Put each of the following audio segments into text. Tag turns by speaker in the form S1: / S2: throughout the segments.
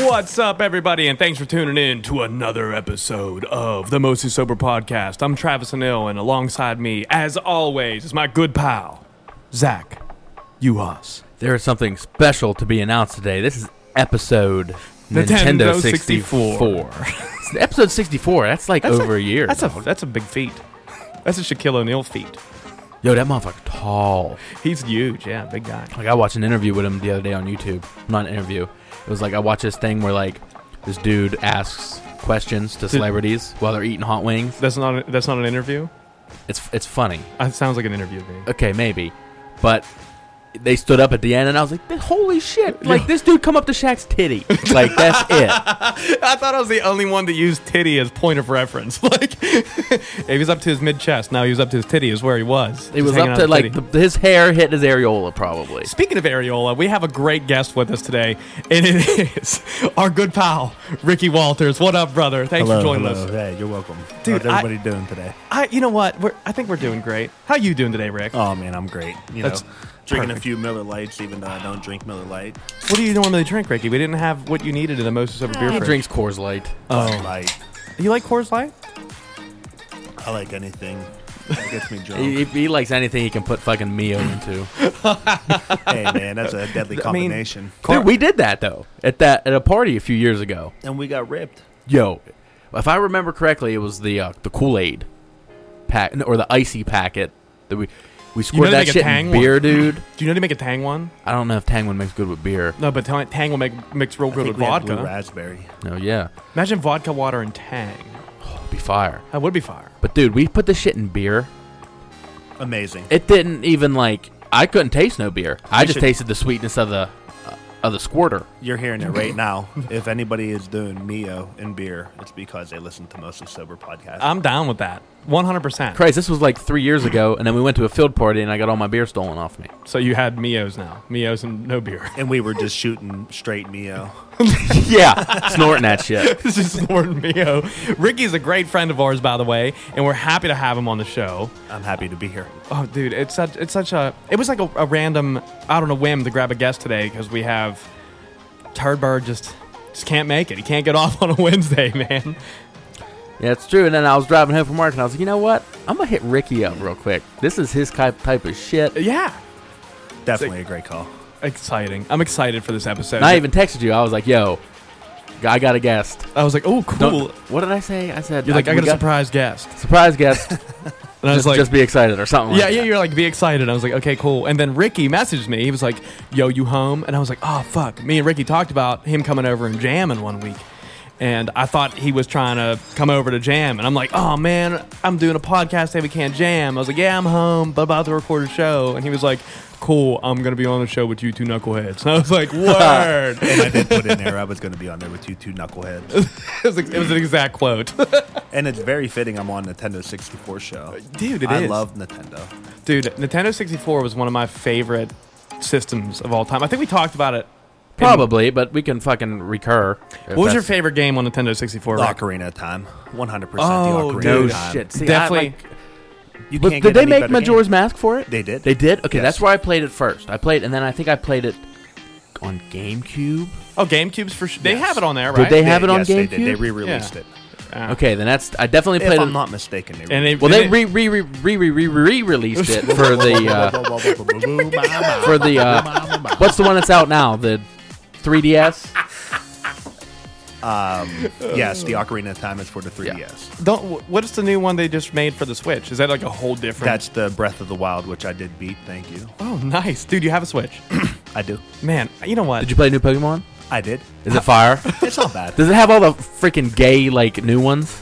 S1: What's up, everybody, and thanks for tuning in to another episode of the Mostly Sober Podcast. I'm Travis Anil, and alongside me, as always, is my good pal, Zach Uhas.
S2: There is something special to be announced today. This is episode
S1: Nintendo
S2: Nintendo, 64. It's episode 64. That's like over a, year.
S1: That's a,
S2: dog.
S1: that's a big feat. That's a Shaquille O'Neal feat.
S2: Yo, that motherfucker tall.
S1: He's huge, yeah, big guy.
S2: Like I watched an interview with him the other day on YouTube. Not an interview. It was like I watched this thing where like this dude asks questions to celebrities while they're eating hot wings.
S1: That's not a, that's not an interview.
S2: It's it's funny.
S1: That sounds like an interview to me.
S2: Okay, maybe. But they stood up at the end and I was like, "Holy shit. Like this dude come up to Shaq's titty." like that's it.
S1: I thought I was the only one that used titty as point of reference. Like, if he was up to his mid chest, now he was up to his titty is where he was.
S2: It was up to like the, his hair hit his areola probably.
S1: Speaking of areola, we have a great guest with us today, and it is our good pal Ricky Walters. What up, brother? Thanks for joining us.
S3: Hey, you're welcome.
S1: Dude,
S3: How's everybody
S1: I-
S3: doing today?
S1: I, you know what? We're, I think we're doing great. How you doing today, Rick?
S3: Oh man, I'm great. You
S1: That's
S3: know, drinking
S1: perfect.
S3: a few Miller Lights, even though I don't drink Miller Light.
S1: What do you normally drink, Ricky? We didn't have what you needed in the most sober beer.
S2: He
S1: fridge.
S2: drinks Coors Light.
S3: Oh, light.
S1: You like Coors Light?
S3: I like anything that gets me drunk.
S2: He, he likes anything he can put fucking Mio into.
S3: hey man, that's a deadly
S1: I mean,
S3: combination.
S2: Dude, we did that though at that at a party a few years ago.
S3: and we got ripped.
S2: Yo, if I remember correctly, it was the uh, the Kool Aid pack or the icy packet that we we scored
S1: they
S2: that
S1: make a
S2: shit
S1: Tang
S2: in
S1: one?
S2: beer, dude.
S1: Do you know they make a Tang one?
S2: I don't know if Tang one makes good with beer.
S1: No, but Tang Tang will make mix real
S3: I
S1: good
S3: think
S1: with
S3: we had blue
S1: vodka.
S3: raspberry.
S2: No, yeah,
S1: Imagine vodka water and Tang.
S2: it'd be fire.
S1: That would be fire.
S2: But dude, we put this shit in beer.
S3: Amazing.
S2: It didn't even like I couldn't taste no beer. I
S3: We
S2: just
S3: should-
S2: tasted the sweetness of the uh, of the squirter.
S3: You're hearing it right now. if anybody is doing Mio and beer, it's because they listen to mostly sober podcasts.
S1: I'm down with that. 100%.
S2: Christ, this was like three years ago, and then we went to a field party, and I got all my beer stolen off me.
S1: So you had Mios now. Mios and no beer.
S3: and we were just shooting straight Mio.
S2: Yeah, snorting that shit.
S1: this is Lord Mio. Ricky's a great friend of ours, by the way, and we're happy to have him on the show.
S3: I'm happy to be here.
S1: Oh, dude, it's such it's such a it was like a, a random I don't know whim to grab a guest today because we have Turd Bird just just can't make it. He can't get off on a Wednesday, man.
S2: Yeah, it's true. And then I was driving home from work, and I was like, you know what? I'm gonna hit Ricky up real quick. This is his type type of shit. And
S1: Yeah,
S3: Definitely a great call.
S1: exciting. I'm excited for this episode.
S2: I even texted you. I was like, yo, I got a guest.
S1: I was like, oh, cool.
S2: Don't- What did I say? I said
S1: You're like, I
S2: we
S1: got a surprise guest, and
S2: surprise guest.
S1: I was
S2: just,
S1: like,
S2: just be excited or something.
S1: yeah,
S2: like
S1: yeah.
S2: that.
S1: You're like, be excited. I was like, okay, cool. And then Ricky messaged me. He was like, yo, you home? And I was like, oh, fuck. Me and Ricky talked about him coming over and jamming one week. And I thought he was trying to come over to jam. And I'm like, oh, man, I'm doing a podcast today. We can't jam. I was like, yeah, I'm home, but about to record a show. And he was like, cool, I'm going to be on the show with you two knuckleheads. And I was like, word.
S3: And I did put in there I was going to be on there with you two knuckleheads.
S1: it, was, it was an exact quote.
S3: And it's very fitting I'm on Nintendo 64 show.
S1: Dude, it
S3: I
S1: is.
S3: love Nintendo.
S1: Dude, Nintendo 64 was one of my favorite systems of all time. I think we talked about it. in-
S2: probably, but we can fucking recur. if
S1: What was your
S2: that's-
S1: favorite game on Nintendo 64? Rick?
S3: Ocarina of Time.
S1: Oh,
S3: 100% the Ocarina
S2: No
S3: of Time.
S2: shit. See, I
S1: Definitely.
S2: like-
S3: You
S2: But
S3: can't
S2: did
S3: get
S2: they
S3: any
S2: make
S3: better
S2: Majora's
S3: game.
S2: Mask for it?
S3: They did.
S2: They did. Okay,
S3: Yes.
S2: that's where I played it first. I played, and then I think I played it on GameCube.
S1: Oh, GameCube's for sure. They have it on there,
S2: Did
S1: right?
S2: they have it on
S3: yes, They, did.
S2: GameCube?
S3: they re-released
S1: Yeah.
S3: it.
S2: Okay, then that's I definitely
S3: Ah. If
S2: played
S3: I'm
S2: it.
S3: not mistaken, they
S1: And they,
S2: Well, they
S1: and
S2: re re re re re re re released it for the uh, for the uh, what's the one that's out now? The 3DS.
S3: yes, the Ocarina of Time is for the 3DS.
S1: don't. What's the new one they just made for the Switch? Is that like a whole different?
S3: That's the Breath of the Wild, which I did beat. Thank you.
S1: oh, nice, dude. You have a Switch,
S3: I do.
S1: man. You know what?
S2: Did you play new Pokemon?
S3: I did.
S2: Is it fire?
S3: It's not bad.
S2: Does it have all the freaking gay like new ones,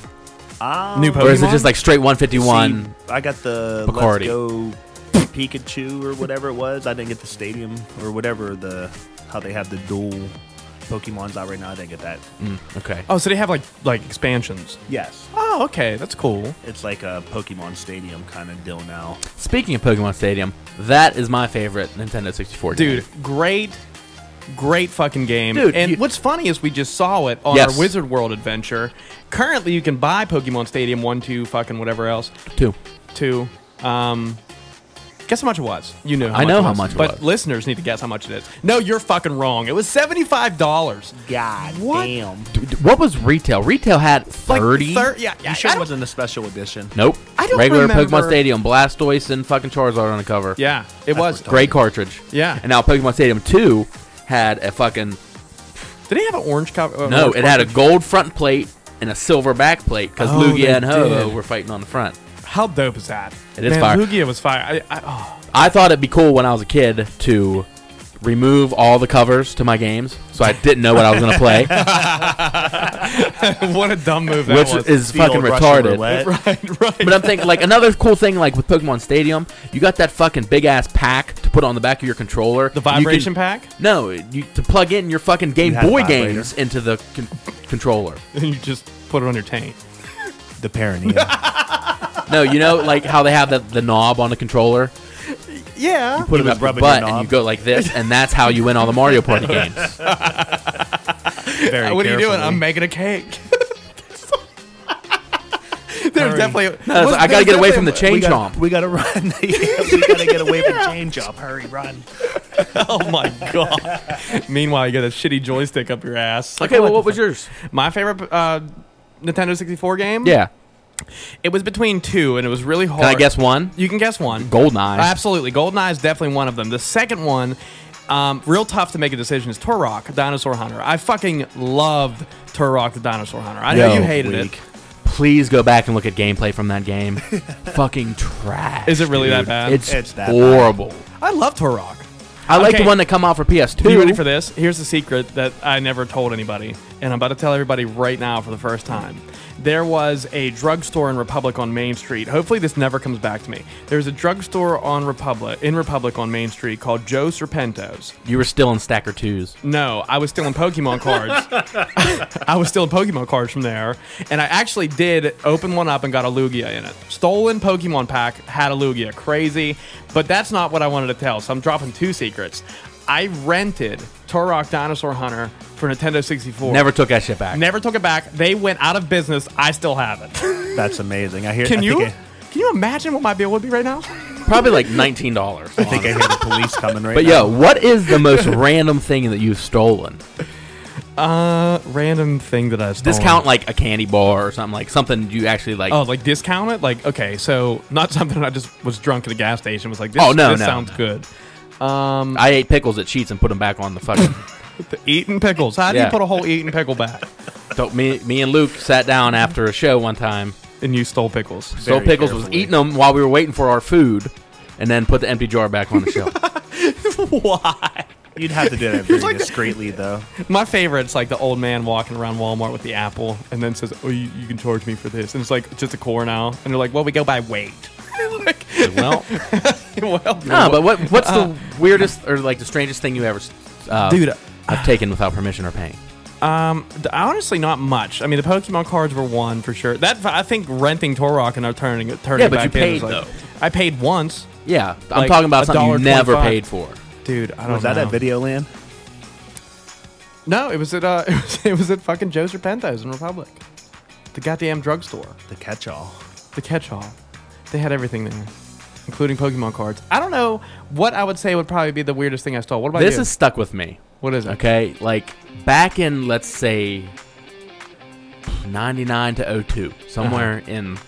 S3: Um,
S1: new Pokemon?
S2: or is it just like straight 151?
S3: See, I got the
S2: Bacardi.
S3: Let's Go Pikachu or whatever it was. I didn't get the stadium or whatever the how they have the dual Pokemon's out right now. I didn't get that.
S2: Okay.
S1: Oh, so they have like like expansions.
S3: Yes,
S1: Oh, okay, that's cool.
S3: it's like a Pokemon Stadium kind of deal now.
S2: Speaking of Pokemon Stadium, that is my favorite Nintendo 64 game.
S1: Dude, great, great fucking game.
S2: Dude,
S1: and
S2: you-
S1: what's funny is we just saw it on
S2: Yes.
S1: our Wizard World adventure. Currently, you can buy Pokemon Stadium one, two, fucking whatever else,
S2: Two.
S1: two. Um, guess how much it was? You know, how
S2: I
S1: much
S2: know
S1: it
S2: how
S1: was.
S2: much it
S1: but
S2: was.
S1: listeners need to guess how much it is. No, you're fucking wrong. It was seventy five dollars.
S3: God
S1: What?
S3: damn!
S2: D- d- What was retail? Retail had 30?
S1: Like, thir- yeah, yeah.
S3: You sure
S1: I
S3: it
S1: don't-
S3: wasn't a special edition?
S2: nope.
S1: I don't
S2: Regular Pokemon
S1: remember-
S2: Stadium, Blastoise and fucking Charizard on the cover.
S1: Yeah, it was.
S3: retarded.
S2: Great cartridge.
S1: Yeah.
S2: And now Pokemon Stadium 2 had a fucking
S1: Did they have an orange cover? uh,
S2: No,
S1: orange
S2: it had a
S1: cartridge?
S2: gold front plate and a silver back plate because
S1: Oh, they
S2: Lugia and Ho
S1: did.
S2: were fighting on the front.
S1: How dope is that?
S2: It is
S1: Man,
S2: fire.
S1: Lugia was fire. I, I, oh,
S2: I thought it'd be cool when I was a kid to remove all the covers to my games, so I didn't know what I was gonna play,
S1: oh, what a dumb move that
S2: which
S1: was.
S2: is
S3: The
S2: fucking
S3: old Russian
S2: retarded.
S3: roulette.
S1: right, right.
S2: But I'm thinking like another cool thing like with Pokemon Stadium, you got that fucking big ass pack to put on the back of your controller.
S1: the vibration
S2: you can,
S1: pack.
S2: No, you, to plug in your fucking Game
S3: You had a
S2: Boy
S3: vibrator.
S2: games into the con- controller.
S1: and you just put it on your tank.
S3: The Perineum.
S2: No, you know like how they have the, the knob on the controller.
S1: Yeah.
S2: put it
S3: He was
S2: up your
S3: rubbing your
S2: butt and
S3: knob.
S2: you go like this, and that's how you win all the Mario Party games.
S3: Very
S1: What are you doing?
S3: carefully.
S1: I'm making a cake. There's definitely.
S2: I was like, I gotta get away from the
S3: we
S2: chain
S3: gotta,
S2: chomp.
S3: we gotta run. Yeah, we gotta get away from chain chomp. Hurry, run.
S1: Oh my god. Meanwhile, you got a shitty joystick up your ass.
S2: Okay, well, what was yours?
S1: my favorite uh, Nintendo 64 game?
S2: Yeah,
S1: it was between two, and it was really hard.
S2: can I guess one?
S1: You can guess one. Uh,
S2: Goldeneye.
S1: Absolutely. Goldeneye is definitely one of them. The second one, um, real tough to make a decision, is Turok, Dinosaur Hunter. I fucking loved Turok, the Dinosaur Hunter. I know
S2: Yo,
S1: you hated
S3: weak.
S1: it.
S2: Please go back and look at gameplay from that game. Fucking trash.
S1: Is it really that bad?
S2: It's,
S3: It's that
S2: horrible.
S1: I love Turok.
S2: I like
S1: Okay.
S2: the one that come out for PS2.
S1: Are you ready for this? Here's the secret that I never told anybody, and I'm about to tell everybody right now for the first time. There was a drugstore in Republic on Main Street. Hopefully, this never comes back to me. There's a drugstore on Republic in Republic on Main Street called Joe Serpentos.
S2: You were still in Stacker Twos.
S1: No, I was stealing Pokemon cards. I was stealing Pokemon cards from there, and I actually did open one up and got a Lugia in it. Stolen Pokemon pack had a Lugia, crazy. But that's not what I wanted to tell. So I'm dropping two secrets. I rented Turok Dinosaur Hunter for Nintendo 64.
S2: Never took that shit back.
S1: never took it back. They went out of business. I still have it.
S3: That's amazing. I hear.
S1: Can
S3: I
S1: you?
S3: Think
S1: Can you imagine what my bill would be right now?
S2: Probably like nineteen dollars.
S3: I, I think I hear the police coming right
S2: But
S3: now.
S2: yo, what is the most random thing that you've stolen?
S1: Uh, random thing that I stole.
S2: Discount like a candy bar or something like something you actually like.
S1: Oh, like discount it? Like, okay, so not something I just was drunk at a gas station was like, this,
S2: Oh, no,
S1: this
S2: no,
S1: sounds
S2: no.
S1: good.
S2: I ate pickles at Sheets and put them back on the fucking.
S1: The eating pickles. How do
S2: Yeah.
S1: you put a whole eating pickle back?
S2: so me, me and Luke sat down after a show one time.
S1: And you stole pickles.
S2: So
S3: Very
S2: pickles was
S3: carefully.
S2: eating them while we were waiting for our food, and then put the empty jar back on the shelf.
S1: Why?
S3: You'd have to do that very
S1: like-
S3: discreetly, though.
S1: My favorite's like the old man walking around Walmart with the apple and then says, Oh, you, you can charge me for this. And it's like just a core now. And they're like, Well, we go by weight. like, uh,
S2: well,
S1: well,
S2: no, but what what's the weirdest or like the strangest thing you ever, uh,
S1: Dude,
S2: I've taken without permission or paying?
S1: D- Honestly, not much. I mean, the Pokemon cards were one for sure. That I think renting Torrock and turning it turning
S2: Yeah,
S1: it
S2: but
S1: back
S2: you
S1: in was
S2: paid,
S1: like-
S2: though.
S1: I paid once,
S2: Yeah, I'm
S1: Like,
S2: talking about something you
S1: $1.25.
S2: never paid for.
S1: dude. I don't
S3: Was that
S1: know.
S3: at Video Land?
S1: No, it was at uh, it was, it was at fucking Joe's Repentos in Republic, the goddamn drugstore,
S3: The catch-all.
S1: the catch-all. They had everything there, including Pokemon cards. I don't know what I would say would probably be the weirdest thing I stole. What about
S2: This
S1: you?
S2: has stuck with me.
S1: what is it?
S2: Okay, like back in let's say 99 to 02, somewhere in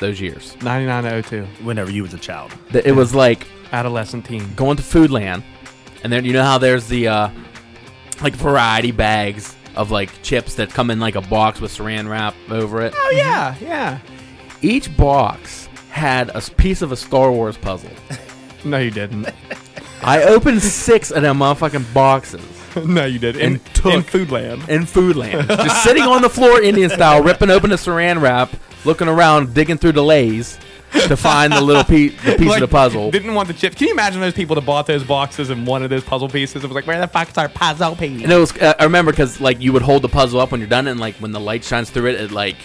S2: those years.
S1: Ninety nine oh two,
S3: Whenever you was a child.
S2: Th- It was like
S1: adolescent teen.
S2: going to Foodland, and then you know how there's the uh, like variety bags of like chips that come in like a box with saran wrap over it.
S1: Oh yeah, yeah.
S2: Each box had a s- piece of a Star Wars puzzle.
S1: No, you didn't.
S2: I opened six of them motherfucking boxes
S1: no, you did. In,
S2: And took-
S1: in Foodland.
S2: in Foodland, just sitting on the floor Indian style, ripping open a saran wrap, looking around, digging through the lays. to find the little pe- the piece
S1: Like,
S2: of the puzzle.
S1: Didn't want the chips. Can you imagine those people that bought those boxes and wanted those puzzle pieces? It was like, where the fuck's our puzzle piece?
S2: And it was uh, I remember because like you would hold the puzzle up when you're done, and like when the light shines through it, it like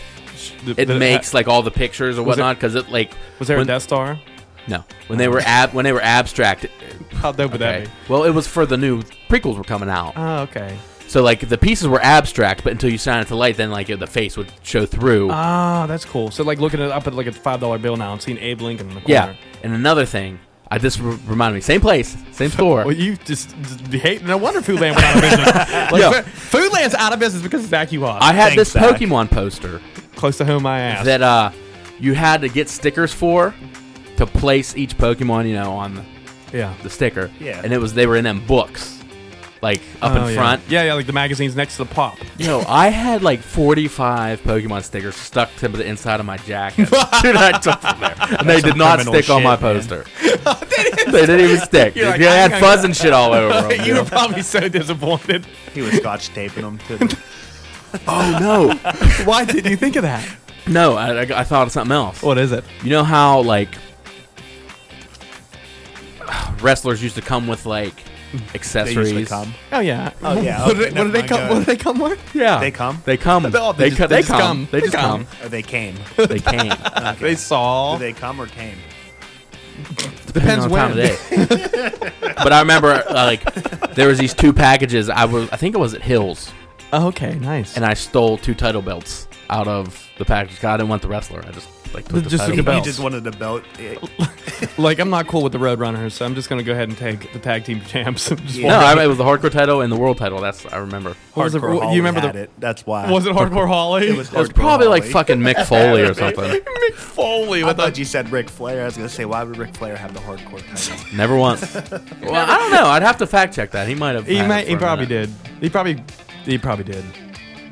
S2: it makes like all the pictures or
S1: uh, Was there-
S2: whatnot. Because it like
S1: Was there
S2: when,
S1: a Death Star?
S2: No, when they were ab- when they were abstract.
S1: How dope would that
S2: Okay.
S1: be?
S2: Well, it was for the new prequels were coming out.
S1: Oh, okay.
S2: So like the pieces were abstract, but until you shine it to light, then like the face would show through.
S1: Ah, that's cool. So like looking it up at like a five dollar bill now and seeing Abe Lincoln in the corner.
S2: yeah. And another thing, I just re- reminded me, same place, same store.
S1: Well, you just, just hate. No wonder Foodland went out of business. like,
S2: Yeah.
S1: Fo- Foodland's out of business because it's AccuHot.
S2: I had
S3: Thanks,
S2: this
S3: Zach.
S2: Pokemon poster
S1: close to home. I asked.
S2: that uh you had to get stickers for to place each Pokemon, you know, on
S1: yeah.
S2: the sticker.
S3: Yeah.
S2: And it was they were in them books. Like up
S1: Oh,
S2: in
S1: yeah.
S2: front.
S1: Yeah, yeah, like the magazine's next to the pop.
S2: Yo, I had like 45 Pokemon stickers stuck to the inside of my jacket. Dude, I took them there. And they did not
S3: criminal
S2: stick on
S3: shit,
S2: my
S3: man.
S2: poster. they didn't even stick. They
S1: You're like,
S2: had
S1: I'm gonna-
S2: fuzz and shit all over 'em,
S1: you
S2: you know?
S1: were probably so disappointed.
S3: He was scotch taping them to the
S2: Oh, no.
S1: Why did you think of that?
S2: No, I, I, I thought of something else.
S1: What is it?
S2: You know how, like, wrestlers used to come with, like,
S3: they
S2: accessories?
S3: usually come.
S1: Oh yeah.
S3: Oh, yeah,
S1: What, do they, what
S3: okay,
S1: do
S3: never
S1: they
S3: mind,
S1: come?
S3: go
S1: What do
S3: ahead.
S1: they come with?
S2: Yeah.
S3: They come?
S2: They come.
S1: No,
S2: they,
S1: they
S2: co-
S1: just-
S2: they,
S1: they just
S2: come.
S1: come.
S2: They
S1: They
S2: just come.
S1: come.
S3: Or they came.
S2: They came.
S1: They saw.
S3: Do they come or came?
S1: Depends
S2: depending on
S1: when.
S2: the time of day. but I remember uh, like there was these two packages. I was I think it was at Hills,
S1: Oh, okay, nice.
S2: and I stole two title belts out of the package. 'cause I didn't want the wrestler. I just like took the
S1: Just
S2: title
S1: took the
S2: belt.
S3: You just wanted a belt. eh, It-
S1: like I'm not cool with the Roadrunners, so I'm just gonna go ahead and take the tag team champs. Just
S3: Yeah.
S2: No,
S1: walk-
S2: I mean, it was the hardcore title and the world title. That's I remember.
S1: What was it-
S3: Hardcore
S1: you
S3: Holly
S1: remember
S3: had
S1: the?
S3: it. That's why.
S1: Was it Hardcore Holly?
S3: It was
S2: It was
S3: Hardcore
S2: probably like
S3: Holly.
S2: fucking Mick Foley or something.
S1: Mick Foley
S3: I
S1: with a
S3: thought you said Ric Flair. I was gonna say, why would Ric Flair have the hardcore title?
S2: Never once. Well, I don't know. I'd have to fact check that. He might have.
S1: He
S2: had it
S1: might.
S2: for
S1: He
S2: a
S1: probably
S2: minute.
S1: did. He probably. He probably did.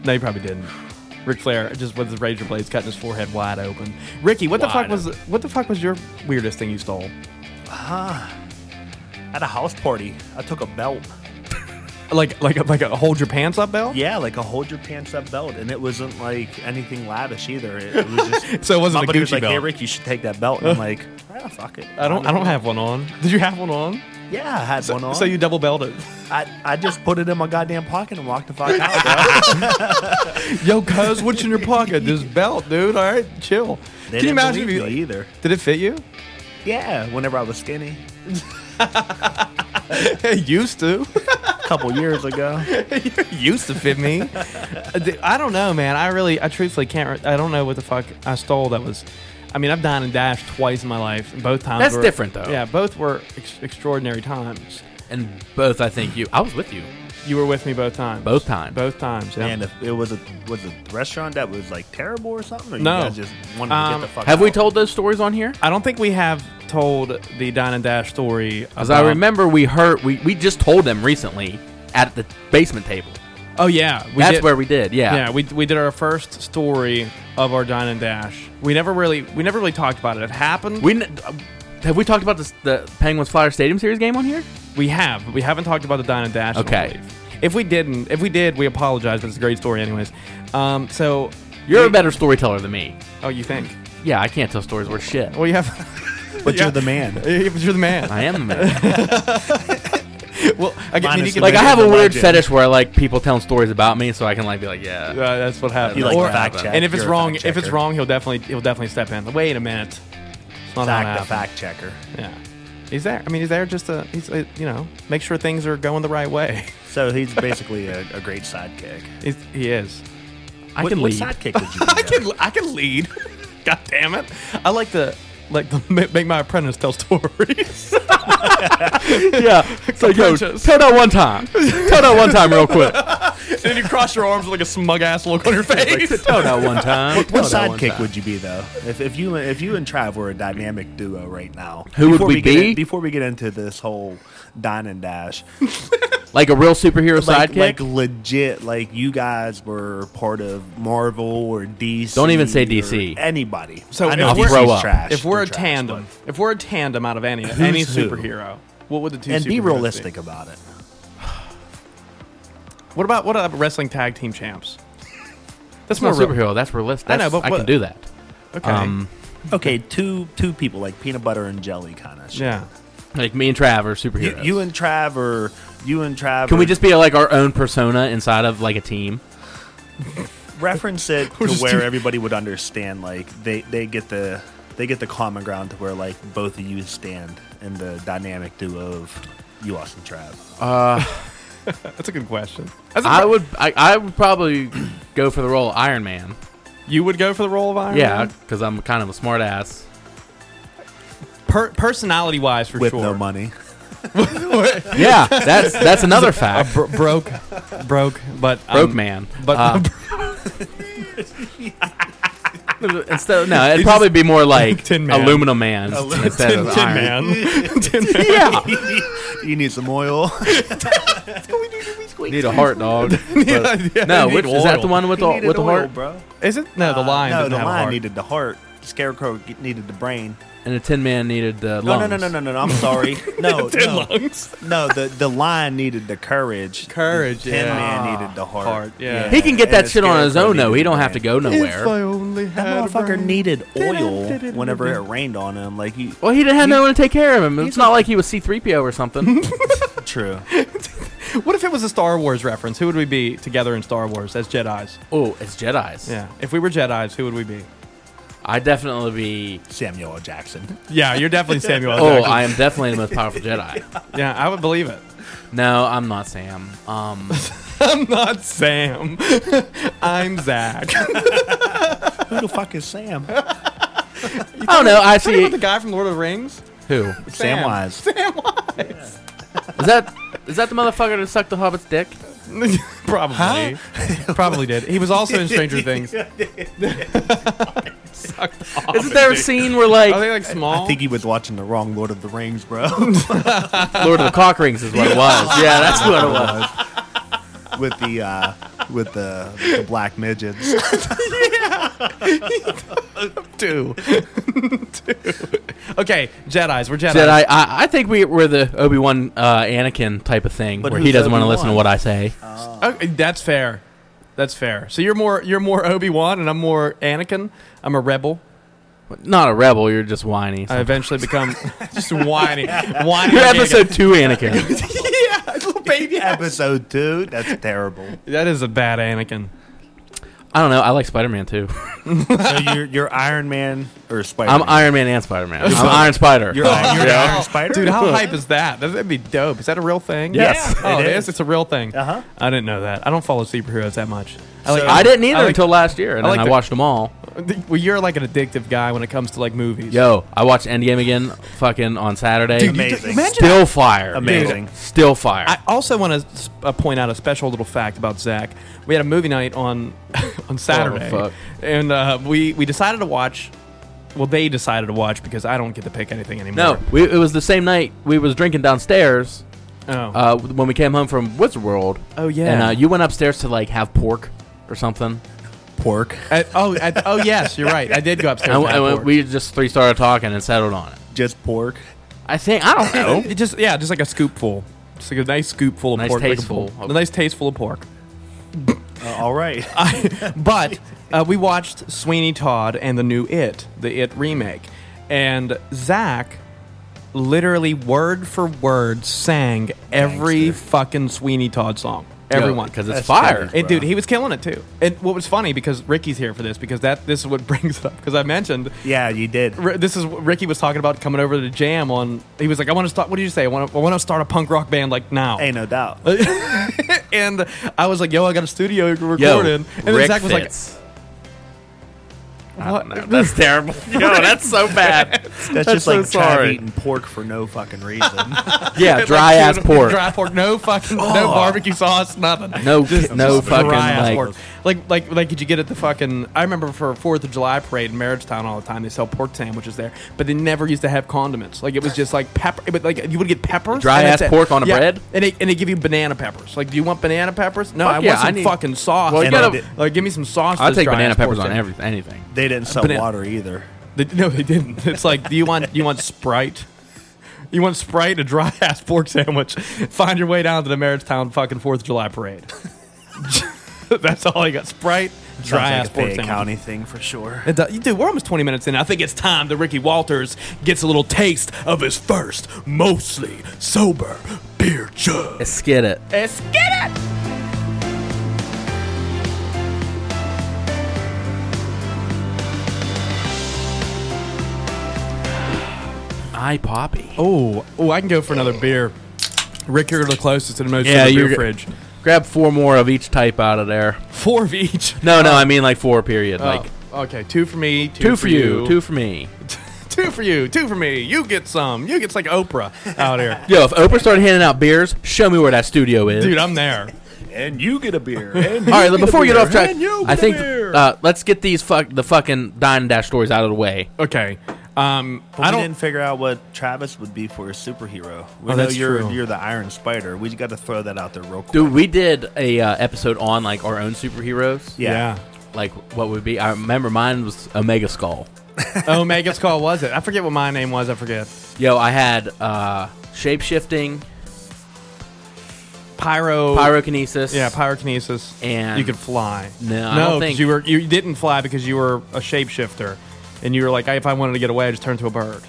S1: No, he probably didn't. Ric Flair just with his razor blades cutting his forehead wide open. Ricky, what the
S2: Wide
S1: fuck was what the fuck was your weirdest thing you stole?
S3: At a house party, I took a belt.
S1: Like like a, like a hold your pants up belt?
S3: Yeah, like a hold your pants up belt, and it wasn't like anything lavish either. It, it was just
S1: So it wasn't a
S3: my buddy was
S1: Gucci
S3: like, Hey,
S1: belt."
S3: Rick, you should take that belt, and I'm like, ah, fuck it.
S1: I don't I don't have one on. Did you have one on?
S3: Yeah, I had one on.
S1: So you double belted.
S3: I, I just put it in my goddamn pocket and walked the fuck out. bro.
S1: Yo, cuz, what's in your pocket? This belt, dude. All right, chill.
S3: They
S1: Can you
S3: didn't
S1: imagine if
S3: believe
S1: you
S3: me either?
S1: did it fit you?
S3: Yeah, whenever I was skinny,
S1: It used to.
S3: a couple years ago.
S1: used to fit me. I don't know, man. I really, I truthfully can't. Re- I don't know what the fuck I stole. That was. I mean, I've dined and dashed twice in my life, and both times
S2: That's
S1: were-
S2: different, though.
S1: Yeah, both were ex- extraordinary times.
S2: And both, I think you. I was with you.
S1: You were with me both times.
S2: Both times.
S1: Both times. Yeah.
S3: And if it was a was a restaurant that was like terrible or something, or you
S1: No.
S3: guys just wanted
S1: Um,
S3: to get the fuck.
S2: Have we
S3: out?
S2: told those stories on here?
S1: I don't think we have told the dine and dash story.
S2: Because I
S1: about-
S2: remember we heard we, we just told them recently at the basement table.
S1: Oh yeah, we
S2: That's
S1: did-
S2: where we did, yeah.
S1: Yeah, we, we did our first story of our dine and dash. We never really we never really talked about it. It happened.
S2: We n- uh, have we talked about this, the Penguins Flyer Stadium Series game on here?
S1: We have, but we haven't talked about the Dine and Dash. I don't
S2: Okay.
S1: believe. If we didn't, if we did, we apologize, but it's a great story, anyways. Um, so
S2: You're
S1: we-
S2: a better storyteller than me.
S1: Oh, you think?
S2: Yeah, I can't tell stories worth shit.
S1: Well, you have.
S3: But
S1: Yeah.
S3: you're the man.
S1: Yeah, but you're the man.
S2: I am the man.
S1: well, I guess
S3: Mine
S1: mean, you
S3: is
S1: can-
S2: like I
S3: You're
S2: have a
S3: the
S2: weird
S3: legend.
S2: fetish where I like people telling stories about me, so I can like be like, yeah.
S1: Uh, that's what happened.
S3: You like
S1: Or-
S3: to fact check.
S1: And if it's
S3: You're a
S1: wrong,
S3: fact
S1: if it's
S3: checker.
S1: wrong, he'll definitely he'll definitely step in. Wait a minute. It's not how
S3: Zach
S1: it
S3: the
S1: happened.
S3: fact checker.
S1: Yeah. He's there. I mean, he's there just to he's uh, you know make sure things are going the right way.
S3: So he's basically a, a great sidekick.
S1: He's, he is.
S2: I
S3: What-
S2: can
S3: what
S2: lead.
S3: sidekick did you?
S1: I can I can lead. God damn it! I like to like to ma- make my apprentice tell stories.
S2: yeah. So yo,
S1: Apprentice.
S2: tell that one time. Tell that one time real quick.
S1: and then you cross your arms with like a smug ass look on your face.
S2: tell that one time.
S3: What
S2: Tell that one
S3: sidekick
S2: time.
S3: would you be though? If, if you if you and Trav were a dynamic duo right now,
S2: Who would
S3: before
S2: we
S3: get
S2: be?
S3: in- before we get into this whole dine and dash,
S2: like a real superhero
S3: like,
S2: sidekick?
S3: like legit, like you guys were part of Marvel or DC.
S2: Don't even say
S3: or
S2: DC.
S3: Anybody.
S1: So
S3: I know
S1: if
S3: DC's
S2: we're- Throw
S3: trash.
S1: if we're
S3: They're
S1: a
S3: trash,
S1: tandem,
S3: but-
S1: if we're a tandem out of any any
S3: who?
S1: superhero, what would the two
S3: and be
S1: superheroes
S3: realistic about it.
S1: What about what about wrestling tag team champs? That's
S2: That's
S1: more
S2: not
S1: real.
S2: superhero. That's realistic.
S1: I
S2: That's, I
S1: know, but
S2: can
S1: what-
S2: do that.
S1: Okay.
S2: Um,
S3: Okay, two two people like peanut butter and jelly kind of shit.
S1: Yeah.
S2: Like me and Trav are
S3: You,
S2: superheroes.
S3: you and Trav or you and Trav.
S2: can
S3: or-
S2: we just be like our own persona inside of like a team?
S3: reference it to
S1: just
S3: where
S1: do-
S3: everybody would understand? Like they they get the they get the common ground to where like both of you stand in the dynamic duo of you, Austin, Trav.
S1: That's a good question. That's a-
S2: I would I, I would probably go for the role of Iron Man.
S1: you would go for the role of Iron
S2: Yeah,
S1: Man?
S2: because I'm kind of a smartass.
S1: Per- personality wise, for
S3: with
S1: sure.
S3: no money.
S2: Yeah, that's that's another fact.
S1: Bro- broke, broke, but um,
S2: Broke man.
S1: But
S2: Uh, instead, of- no, it'd probably be more like
S1: Tin Man.
S2: aluminum man instead
S1: Tin,
S2: of
S1: Tin
S2: Iron.
S1: Man. Tin Man.
S2: Yeah,
S3: you need some oil.
S2: need a heart dog.
S1: Yeah, yeah,
S2: no,
S1: they
S2: which,
S1: need
S2: is that
S1: oil.
S2: the one with
S3: He
S2: the
S3: needed
S2: with the
S3: oil,
S2: heart
S3: bro.
S1: Is it? Uh, No, the lion.
S3: No,
S1: didn't
S3: the
S1: have a
S3: lion
S1: heart.
S3: needed the heart. Scarecrow g- needed the brain.
S2: and the Tin Man needed the lungs?
S3: No, no, no, no, no, no, no. I'm sorry. No,
S1: Tin
S3: no,
S1: lungs.
S3: no. The the lion needed the courage.
S1: Courage,
S3: Tin
S1: yeah.
S3: man needed the heart.
S1: Heart, yeah.
S2: He can get
S3: and
S2: that
S3: the
S2: shit on his
S3: Scarecrow
S2: own though.
S3: needed
S2: He
S3: the
S2: don't have to
S3: brain.
S2: go nowhere.
S1: only had
S3: That motherfucker needed oil whenever it rained on him. Like he.
S2: Well, he didn't have no one to take care of him. It's not like he was C-3PO or something.
S3: True.
S1: What if it was a Star Wars reference? Who would we be together in Star Wars as Jedi's?
S2: oh, it's Jedi's.
S1: Yeah, if we were Jedi's, who would we be?
S2: I definitely be.
S3: Samuel L. Jackson.
S1: Yeah, you're definitely Samuel. L.
S2: Oh,
S1: Jackson.
S2: I am definitely the most powerful Jedi.
S1: yeah, I would believe it.
S2: No, I'm not Sam. Um,
S1: I'm not Sam. I'm Zach.
S3: Who the fuck is Sam?
S2: I don't know. I
S1: Tell you
S2: see.
S1: about the guy from Lord of the Rings.
S2: Who
S1: Sam.
S3: Samwise.
S2: is that? Is that the motherfucker that sucked the Hobbit's dick?
S1: Probably, probably did. He was also in Stranger Things. Sucked off.
S2: Isn't there a scene where like
S1: Are they like small?
S3: I think he was watching the wrong Lord of the Rings, bro.
S2: Lord of the Cock Rings is what it was? Yeah, that's what it was.
S3: with the uh, with the, the black midgets.
S1: two. Two. Okay, Jedi's. We're Jedi's.
S2: Jedi. I, I think we were the Obi Wan uh, Anakin type of thing,
S3: But
S2: where
S3: who's
S2: he doesn't want to
S3: Obi-Wan?
S2: listen to what I say.
S1: Okay, that's fair. That's fair. So you're more you're more Obi Wan, and I'm more Anakin. I'm a rebel.
S2: Not a rebel. You're just whiny.
S1: I eventually become just whiny, whiny.
S2: You're
S1: Anakin.
S2: episode two, Anakin.
S1: yeah, little baby.
S3: Episode two. That's terrible.
S1: That is a bad Anakin.
S2: I don't know. I like Spider Man too.
S3: So you're you're Iron Man or Spider?
S2: I'm Iron Man and Spider Man. I'm Iron Spider.
S3: You're, Iron- you're
S1: Yeah.
S3: Iron Spider,
S1: Dude, how hype is that? That'd be dope. Is that a real thing?
S3: Yes,
S1: Yeah. Oh,
S3: it
S1: it
S3: is.
S1: is. It's a real thing.
S3: Uh-huh.
S1: I didn't know that. I don't follow superheroes that much. I
S3: So-
S2: I didn't either
S1: I like-
S2: until last year, and
S1: I
S2: then
S1: like
S2: I
S1: the-
S2: watched them all.
S1: Well, you're like an addictive guy when it comes to like movies.
S2: Yo, I watched Endgame again, fucking on Saturday.
S3: you Amazing. d- imagine-
S2: Still fire.
S3: Amazing.
S2: Dude, Still fire.
S1: I also want to uh, point out a special little fact about Zach. We had a movie night on on Saturday,
S2: Oh, fuck.
S1: and uh, we we decided to watch. Well, they decided to watch because I don't get to pick anything anymore.
S2: no, we, it was the same night we was drinking downstairs
S1: Oh.
S2: uh, when we came home from Wizard World.
S1: Oh, yeah.
S2: And uh, you went upstairs to like have pork or something.
S3: pork.
S1: At- oh. at- oh. Yes, you're right. I did go upstairs.
S2: And
S1: and have
S2: w-
S1: pork.
S2: we just three started talking and settled on it.
S3: Just pork.
S2: I think I don't know.
S1: It just yeah, just like a scoopful, just like a nice scoopful of
S2: oh. Nice
S1: pork, like a
S2: tasteful
S1: bowl-
S2: of-
S1: a nice tasteful of pork.
S3: Uh, all right.
S1: But uh, we watched Sweeney Todd and the new It, the It remake, and Zach literally word for word sang every fucking Sweeney Todd song. Everyone,
S2: because it's
S3: That's
S2: fire.
S3: great.
S1: And dude, he was killing it too. And what was funny because Ricky's here for this because that this is what brings it up because I mentioned
S3: yeah, you did.
S1: R- this is what Ricky was talking about coming over to the jam on. He was like, "I want to start. What did you say? I want to. I want to start a punk rock band like now."
S3: Ain't no doubt.
S1: and I was like, "Yo, I got a studio recording."
S2: Yo,
S1: and then
S2: Rick
S1: Zach was
S2: Fitz.
S1: like, "What?"
S2: That's terrible. Yo, that's so bad.
S3: That's, just
S2: so
S3: like Trav
S2: sorry.
S3: eating pork for no fucking reason.
S2: Yeah, dry
S1: Like,
S2: ass
S1: dude,
S2: pork.
S1: Dry pork. No fucking. No barbecue sauce. Nothing.
S2: No, no fucking
S1: dry ass
S2: like.
S1: pork. Like like like. Did you get at the fucking? I remember for Fourth of July parade in Marriagetown all the time. They sell pork sandwiches there, but they never used to have condiments. Like it was just like pepper. But like you would get peppers.
S2: Dry
S1: and
S2: ass
S1: that's it.
S2: pork on a
S1: Yeah,
S2: bread?
S1: and they and they give you banana peppers. Like, do you want banana peppers? No,
S2: Fuck
S1: I
S2: yeah,
S1: want some
S2: I need-
S1: fucking sauce.
S2: Well, you
S1: And I
S2: gotta-
S1: did- like, give me some sauce.
S2: I
S1: to this
S2: take
S1: dry
S2: banana
S1: ass pork
S2: peppers on
S1: sandwich.
S2: everything. Anything.
S3: They didn't sell
S1: Banana-
S3: water either.
S1: They, no, they didn't. It's like, do you want you want Sprite? You want Sprite a dry ass pork sandwich? Find your way down to the Marriagetown fucking Fourth of July parade. That's all I got. Sprite dry ass
S3: Sounds like a
S1: pork
S3: Fayette
S1: sandwich.
S3: County thing for sure.
S1: It does- Dude, we're almost 20 minutes in. I think it's time that Ricky Walters gets a little taste of his first, mostly sober beer jug.
S2: Let's get it.
S1: Let's get it!
S2: I poppy.
S1: Oh, oh, I can go for another beer. Ricky, you're the closest to the most
S2: Yeah,
S1: sober
S2: you're
S1: beer
S2: g-
S1: fridge.
S2: Grab four more of each type out of there.
S1: Four of each.
S2: No, no, I mean like four. Period.
S1: Oh,
S2: like
S1: okay, two for me, two,
S2: two for you, two for me.
S1: two for you, two for me. You get some. You get like Oprah out here,
S2: Yo, if Oprah started handing out beers, show me where that studio is.
S1: dude. I'm there.
S3: And you get a beer. And
S2: All right, before we get off track,
S3: and you
S2: I
S3: get a
S2: think
S3: beer.
S2: uh, let's get these fuck the fucking dine and dash stories out of the way.
S1: Okay, um, I
S3: I
S1: don't.
S3: didn't figure out what Travis would be for a superhero. We
S1: Oh,
S3: know
S1: that's
S3: you're
S1: true.
S3: you're the Iron Spider. We got to throw that out there real quick.
S2: Dude, we did a uh, episode on like our own superheroes.
S3: yeah.
S2: Like what would be? I remember mine was Omega Skull.
S1: yeah. Omega's call was it? I forget what my name was. I forget.
S2: Yo, I had uh, shape shifting,
S1: Pyro.
S2: pyrokinesis.
S1: Yeah, pyrokinesis.
S2: And-
S1: you could fly.
S2: No, I
S1: no,
S2: don't
S1: 'cause
S2: think-
S1: you were you didn't fly because you were a shapeshifter, and you were like, if I wanted to get away, I just turn into a bird.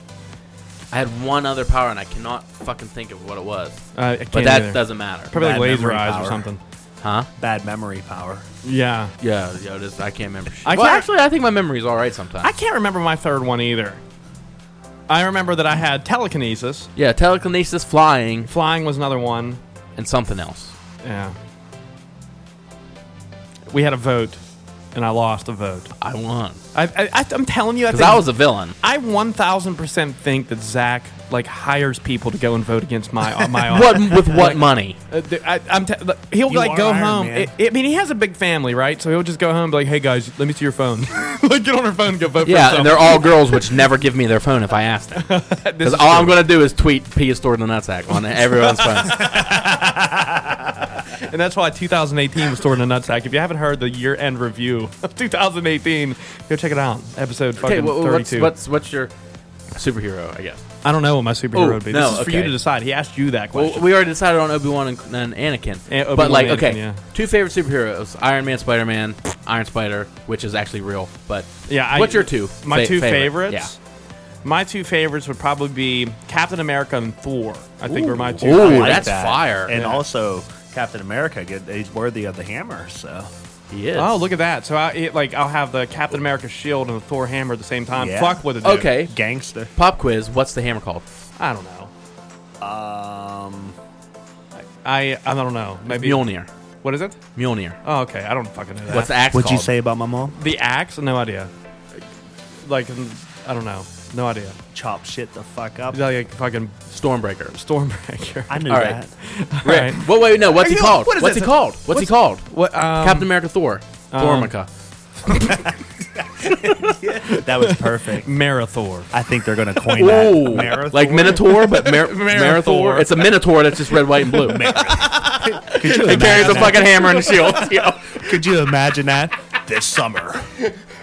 S2: I had one other power, and I cannot fucking think of what it was.
S1: Uh, I
S2: But
S1: can't
S2: that
S1: either.
S2: doesn't matter.
S1: probably like
S3: Bad
S1: laser
S3: memory
S1: eyes or
S3: power.
S1: something.
S2: huh?
S3: Bad memory power.
S1: Yeah,
S2: Yeah, yo, this I can't remember. Shit.
S1: I
S2: well,
S1: can't-
S2: actually, I think my memory's all right sometimes.
S1: I can't remember my third one either. I remember that I had telekinesis.
S2: yeah, telekinesis, flying,
S1: Flying was another one.
S2: and something else.
S1: Yeah. We had a vote, and I lost a vote.
S2: I won
S1: I, I, I, I'm telling you, I,
S2: because I was a villain.
S1: I 1,000% think that Zach like hires people to go and vote against my uh, my.
S2: What with what money?
S1: Uh, th- I, I'm t- look, he'll
S3: You
S1: like
S3: are
S1: go
S3: Iron
S1: home.
S3: Man.
S1: I- I mean, he has a big family, right? So he'll just go home, and be like, "Hey guys, let me see your phone. like, get on her phone and go vote." for
S2: Yeah,
S1: yourself.
S2: and they're all girls, which never give me their phone if I ask them.
S1: This
S2: Because
S1: is
S2: all I'm
S1: true.
S2: gonna do is tweet P is stored in the nutsack on everyone's phone.
S1: And that's why 2018 was stored in a nutsack. If you haven't heard the year-end review of 2018, go check it out. Episode fucking
S2: Okay, wha- wha- what's,
S1: 32.
S2: what's what's your superhero? I guess.
S1: I don't know what my superhero
S2: Oh,
S1: would be.
S2: no,
S1: this is for you
S2: okay.
S1: to decide. He asked you that
S2: Well,
S1: question.
S2: we already decided on Obi Wan and, and Anakin.
S1: And Obi-Wan
S2: but like,
S1: and Anakin,
S2: okay,
S1: yeah.
S2: two favorite superheroes: Iron Man, Spider Man, Iron Spider, which is actually real. But
S1: yeah, I-
S2: what's your two?
S1: My
S2: fa-
S1: two
S2: favorite?
S1: favorites. My two favorites would probably be Captain America and Thor. I think were my two.
S2: Ooh,
S3: I
S1: favorites.
S2: that's fire.
S3: And
S1: Yeah.
S3: also Captain America. Get he's worthy of the hammer. So
S2: Yeah, he is.
S1: Oh, look at that! So I it, like I'll have the Captain America shield and the Thor hammer at the same time.
S3: Yeah.
S1: Fuck with it. dude.
S2: Okay,
S3: gangster.
S2: pop quiz. What's the hammer called?
S1: I don't know.
S3: Um,
S1: I I don't know. Maybe
S2: Mjolnir.
S1: What is it?
S2: Mjolnir.
S1: Oh, okay. I don't fucking know that.
S2: What's the axe
S3: what'd you
S2: called?
S3: say about my mom?
S1: The axe? No idea. Like, I don't know. No idea.
S3: Chop shit the fuck up.
S1: Is that like a fucking
S2: Stormbreaker.
S1: Stormbreaker?
S3: I knew
S2: All right.
S3: that.
S1: Right.
S2: Well, wait, no. What's he
S1: Yo,
S2: called?
S1: what is
S2: what's
S1: this?
S2: he called? What's, he called?
S1: What? Um,
S2: Captain America, Thor,
S1: um,
S2: Thormica.
S3: That was perfect.
S1: Marathor.
S3: I think they're gonna coin that.
S2: Ooh,
S3: Marathor?
S2: like Minotaur, but Mar-
S1: Marathor.
S2: Marathor. It's a Minotaur that's just red, white, and blue.
S3: Could you
S2: It carries a
S3: imagine
S2: fucking hammer and a shield. Yo.
S3: that? Could you imagine that? This summer,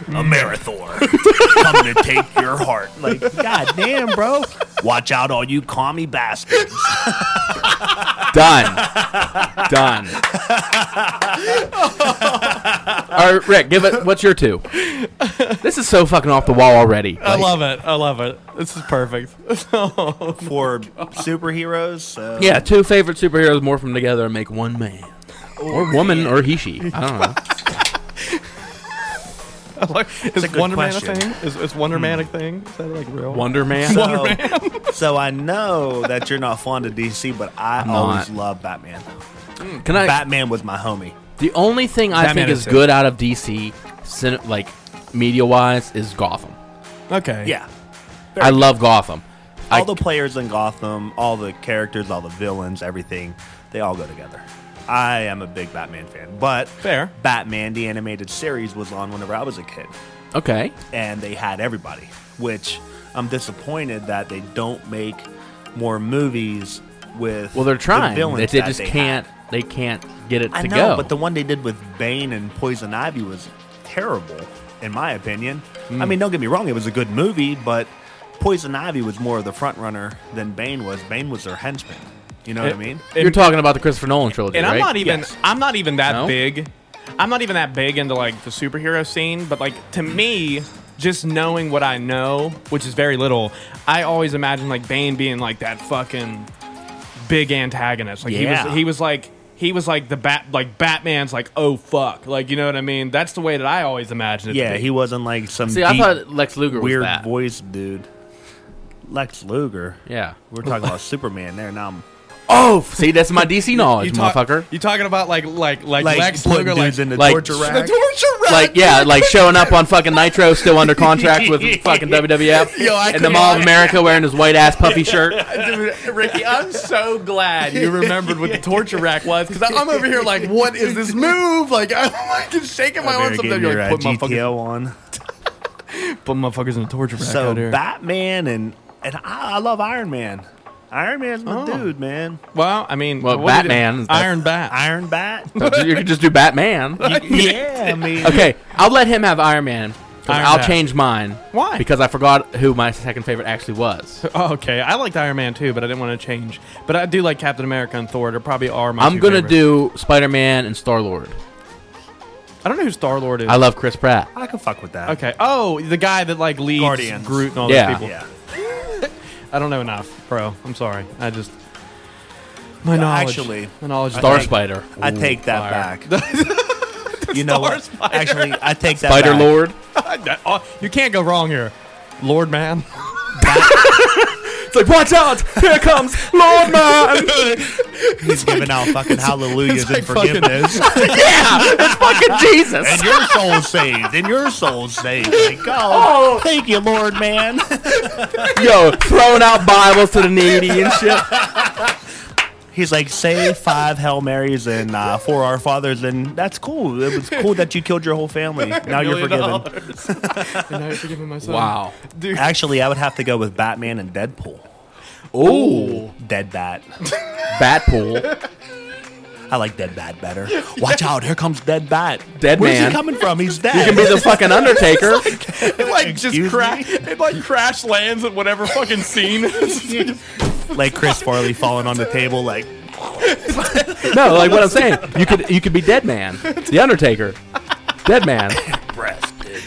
S3: a marathon coming to take your heart. Like, goddamn, bro. Watch out, all you commie bastards.
S2: Done. Done. All right, Rick, give it. What's your two? This is so fucking off the wall already.
S1: I
S2: Like,
S1: love it. I love it. This is perfect.
S3: For superheroes, so
S2: yeah, two favorite superheroes morph them together and make one man. Or woman, or he, she. I don't know.
S1: is
S3: a good
S1: Wonder Man
S3: question.
S1: a thing? Is, is Wonder Man a thing? Is that like real?
S2: Wonder Man.
S3: So, so I know that you're not fond of DC, but I always
S2: not.
S3: love Batman.
S2: Can I?
S3: Batman was my homie.
S2: The only thing I
S1: Batman
S2: think
S1: is
S2: is
S1: sick.
S2: good out of DC, cin- like media wise, is Gotham.
S1: Okay.
S3: Yeah.
S2: I love Gotham.
S3: All
S2: I,
S3: the players in Gotham, all the characters, all the villains, everything, they all go together. I am a big Batman fan, but
S1: Fair.
S3: Batman the animated series was on whenever I was a kid,
S2: okay.
S3: and they had everybody, which I'm disappointed that they don't make more movies with
S2: Well, they're
S3: the
S2: trying. they,
S3: villains
S2: they
S3: that
S2: just
S3: they
S2: can't.
S3: had.
S2: They can't get it
S3: I
S2: to
S3: know,
S2: go.
S3: but the one they did with Bane and Poison Ivy was terrible, in my opinion. I
S2: Hmm.
S3: mean, don't get me wrong; it was a good movie, but Poison Ivy was more of the front runner than Bane was. Bane was their henchman. You know what I mean?
S2: You're talking about the Christopher Nolan trilogy,
S1: And
S2: right?
S1: I'm not even.
S3: Yes.
S1: I'm not even that
S2: No?
S1: big. I'm not even that big into like the superhero scene, but like to me, just knowing what I know, which is very little, I always imagine like Bane being like that fucking big antagonist. Like he
S3: Yeah.
S1: was he was like he was like the bat like Batman's like oh fuck like you know what I mean. That's the way that I always imagine it. to
S3: Yeah,
S1: be.
S3: he wasn't like some
S2: See, I
S3: deep,
S2: thought Lex Luger was
S3: weird
S2: that.
S3: voice dude. Lex Luger.
S2: Yeah.
S3: We're talking about Superman there. Now I'm
S2: Oh, see, that's my DC knowledge,
S1: talk-
S2: motherfucker.
S1: You talking about like like like,
S3: like
S1: Lex
S3: putting
S1: Luger like
S3: dudes in the
S2: like-
S3: torture rack.
S2: Like yeah, like showing up on fucking Nitro, still under contract with fucking WWF, and the Mall of America wearing his white ass puffy shirt.
S1: Dude, Ricky, I'm so glad you remembered what the torture rack was because I'm over here like, what is this move? Like, I'm like just shaking my arms up
S3: American
S1: there. You're
S3: era,
S1: like, put motherfuckers,
S3: GTO on.
S1: put motherfuckers in the torture rack
S3: So
S1: out here.
S3: Batman and and I, I love Iron Man. Iron Man's my
S1: Oh.
S3: dude, man.
S1: well, I mean,
S2: Well,
S1: what did it-
S2: Batman, that's-
S1: Iron Bat.
S3: Iron Bat.
S2: you could just do Batman.
S3: yeah, I mean,
S2: Okay, I'll let him have Iron Man. 'cause
S1: Iron
S2: I'll
S1: Man.
S2: change mine.
S1: Why?
S2: Because I forgot who my second favorite actually was.
S1: Oh, okay, I liked Iron Man too, but I didn't want to change. But I do like Captain America and Thor. They probably are my.
S2: I'm
S1: two
S2: gonna
S1: favorites.
S2: do Spider Man and Star Lord.
S1: I don't know who Star Lord is.
S2: I love Chris Pratt.
S3: I can fuck with that.
S1: okay. Oh, the guy that like leads
S3: Guardians.
S1: Groot and all
S2: Yeah.
S1: those people.
S3: Yeah.
S1: I don't know enough, bro. I'm sorry. I just my knowledge.
S3: actually,
S1: my knowledge.
S3: I
S2: Star
S3: think-
S2: Spider.
S3: I take that back. you know what? Actually, I take that
S2: Spider
S3: back.
S2: Lord.
S1: That- oh, you can't go wrong here, Lord Man.
S2: It's like watch out! Here comes Lord Man.
S3: He's giving out fucking hallelujahs and
S1: like fucking-
S3: forgiveness.
S2: yeah, it's fucking Jesus.
S3: and your soul saved, and your soul saved. Like, oh, thank you, Lord, man.
S2: Yo, throwing out Bibles to the needy and shit.
S3: He's like, say five Hail Marys and uh, four Our Fathers, and that's cool. It was cool that you killed your whole family. Now you're
S1: Million
S3: forgiven.
S1: dollars. and now you're forgiving myself.
S2: Wow.
S1: dude.
S3: Actually, I would have to go with Batman and Deadpool.
S2: Ooh,
S3: Dead Bat.
S2: Batpool.
S3: I like Dead Bat better. Watch out, here comes Dead Bat.
S2: Dead
S3: Where's
S2: man.
S3: he coming from? He's
S2: You
S3: dead.
S2: can be the fucking Undertaker.
S1: It like just
S3: Excuse
S1: cra-
S3: me?
S1: It like crash lands at whatever fucking scene.
S3: like Chris Farley falling on the table, like,
S2: No, like what I'm saying, you could you could be Dead Man, the Undertaker, Dead Man.
S3: rest in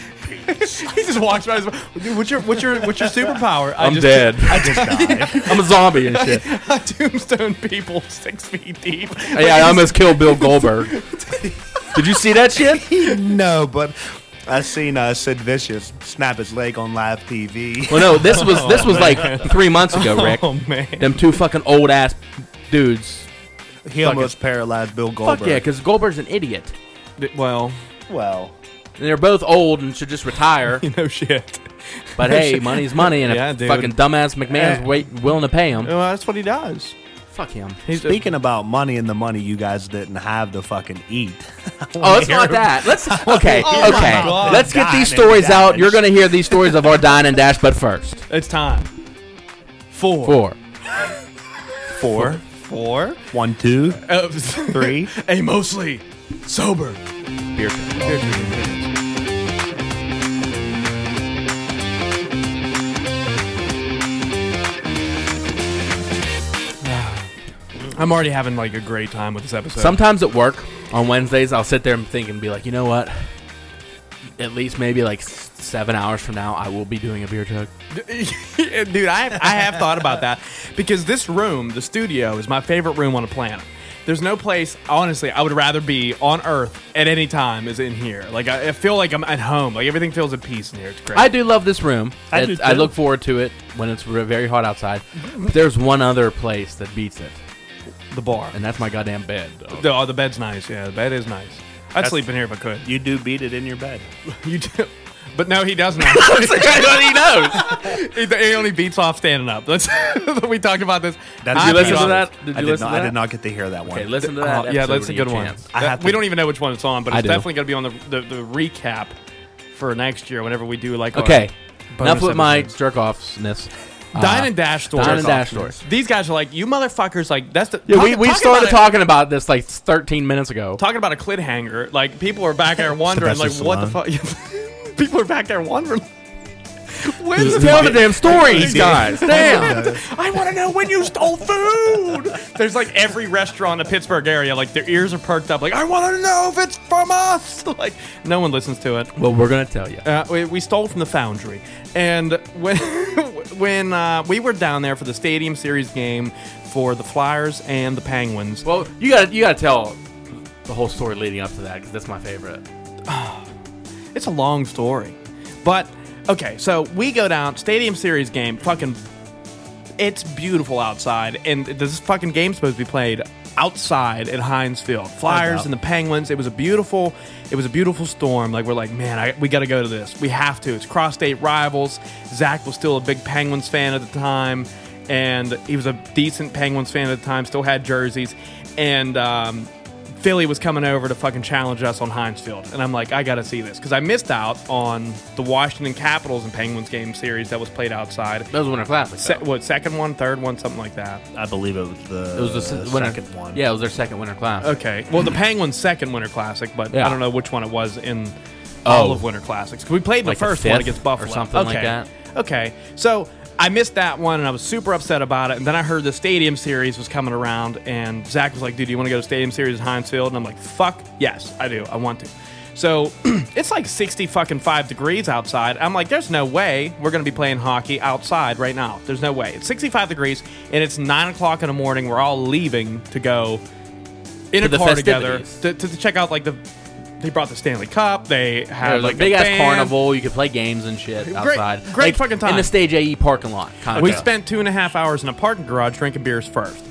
S3: peace.
S1: he just walks by. His, dude, what's your what's your what's your superpower? I
S2: I'm
S1: just,
S2: dead.
S3: I just died.
S2: I'm a zombie and shit.
S1: I tombstone people six feet deep.
S2: Yeah, I almost killed Bill Goldberg. Did you see that shit?
S3: no, but I seen uh, Sid Vicious snap his leg on live TV.
S2: Well, no, this was this was like three months ago, Rick.
S1: Oh man.
S2: Them two fucking old ass dudes.
S3: He almost paralyzed Bill Goldberg.
S2: Fuck yeah, because Goldberg's an idiot.
S1: Well,
S3: Well,
S2: And they're both old and should just retire.
S1: no shit.
S2: But hey, money's money, and
S1: Yeah,
S2: if
S1: dude.
S2: fucking dumbass McMahon's
S1: Eh.
S2: wait, willing to pay him,
S1: Well, that's what he does.
S2: fuck him.
S1: He's a-
S3: speaking about money and the money you guys didn't have to fucking eat.
S2: Oh, it's not that. Let's okay,
S1: Oh my
S2: okay.
S1: God.
S2: Let's get these
S3: Dine and
S2: stories out.
S3: dash.
S2: You're gonna hear these stories of our dine and dash, but first,
S1: It's time. Four.
S2: four.
S3: Four,
S1: Four.
S3: one, two,
S1: Uh,
S3: three.
S1: a mostly sober. I'm already having like a great time with this episode.
S2: Sometimes at work on Wednesdays, I'll sit there and think and be like, you know what? At least maybe like s- seven hours from now, I will be doing a beer jug.
S1: Dude, I have, I have thought about that because this room, the studio, is my favorite room on a planet. There's no place, honestly, I would rather be on Earth at any time as in here. Like I, I feel like I'm at home. Like everything feels at peace in here. It's great.
S2: I do love this room.
S3: I do
S2: It's- I
S3: too.
S2: look forward to it when it's re- very hot outside. But there's one other place that beats it,
S1: the bar.
S2: and that's my goddamn bed. dog.
S1: The, oh, the bed's nice. Yeah, the bed is nice. I'd sleep in here if I could.
S3: You do beat it in your bed.
S1: You do. But no, he doesn't. actually.
S2: he knows.
S1: he, he only beats off standing up. That's we talked about this.
S3: That's
S1: I
S2: you listen
S1: beat
S2: to
S1: off-
S2: that? Did you
S3: I, did
S2: listen
S3: not,
S2: to
S3: I
S2: that?
S3: did not get to hear that one.
S2: Okay, listen to that.
S1: Oh, yeah,
S2: episode
S1: that's a
S2: when you
S1: good
S2: get
S1: one.
S2: chance.
S3: I
S1: That-
S3: have
S1: we
S3: to-
S1: don't even know which one it's on, but
S2: I
S1: it's
S2: do.
S1: definitely going to be on the, the, the recap for next year whenever we do like. our
S2: Okay,
S1: bonus
S2: enough with my
S1: episodes.
S2: jerk offness.
S1: dine and dash stories.
S2: Dine and Dash stories.
S1: These guys are like you motherfuckers. Like that's the
S2: Yeah, we,
S1: talk-
S2: we
S1: talk
S2: started
S1: about it-
S2: talking about this like 13 minutes ago.
S1: talking about a cliffhanger. Like people are back there wondering, like
S3: Sylvester
S1: what the fuck. people are back there wondering. When's
S2: Tell the damn story, these guys. Damn.
S1: I want to know when you stole food. There's like every restaurant in the Pittsburgh area, like their ears are perked up, like I want to know if it's from us. Like no one listens to it.
S2: Well, we're gonna tell you.
S1: Uh, we, we stole from the foundry, and when when uh, we were down there for the Stadium Series game for the Flyers and the Penguins,
S2: Well, you gotta you gotta tell the whole story leading up to that because that's my favorite.
S1: It's a long story. But okay, so we go down stadium series game, fucking it's beautiful outside and this fucking game's supposed to be played outside at Heinz Field. Flyers and the Penguins. It was a beautiful it was a beautiful storm. Like we're like, man, I, we got to go to this. We have to. It's cross-state rivals. Zach was still a big Penguins fan at the time and he was a decent Penguins fan at the time, still had jerseys and um Philly was coming over to fucking challenge us on Heinz Field. And I'm like, I got to see this. Because I missed out on the Washington Capitals and Penguins game series that was played outside.
S2: That was Winter Classic.
S1: Se-
S2: though.
S1: what, second one, third one, something like that.
S3: I believe it was the,
S2: it was
S1: uh,
S2: the se- winter,
S3: second one.
S2: Yeah, it was their second Winter Classic.
S1: Okay. Well, the Penguins' second Winter Classic, but
S2: Yeah.
S1: I don't know which one it was in
S2: Oh.
S1: all of Winter Classics. 'Cause we played
S2: Like
S1: the
S2: the
S1: first one
S2: fifth
S1: against
S2: or
S1: Buffalo.
S2: something like
S1: Okay.
S2: that?
S1: Okay. So I missed that one and I was super upset about it. And then I heard the Stadium Series was coming around and Zach was like, dude, do you want to go to Stadium Series at Heinz Field? And I'm like, fuck, yes, I do. I want to. So it's like 60 fucking five degrees outside. I'm like, there's no way we're going to be playing hockey outside right now. There's no way. It's 65 degrees and it's nine o'clock in the morning. We're all leaving to go in
S2: To
S1: a
S2: the
S1: car together to,
S2: festivities.
S1: to, to check out like the. They brought the Stanley Cup. They
S2: There
S1: had
S2: was
S1: like
S2: a big
S1: a
S2: ass
S1: band.
S2: carnival. You could play games and shit outside.
S1: great
S2: Like,
S1: fucking time.
S2: in the stage AE parking lot. Kind of
S1: We spent two and a half hours in a parking garage drinking beers first.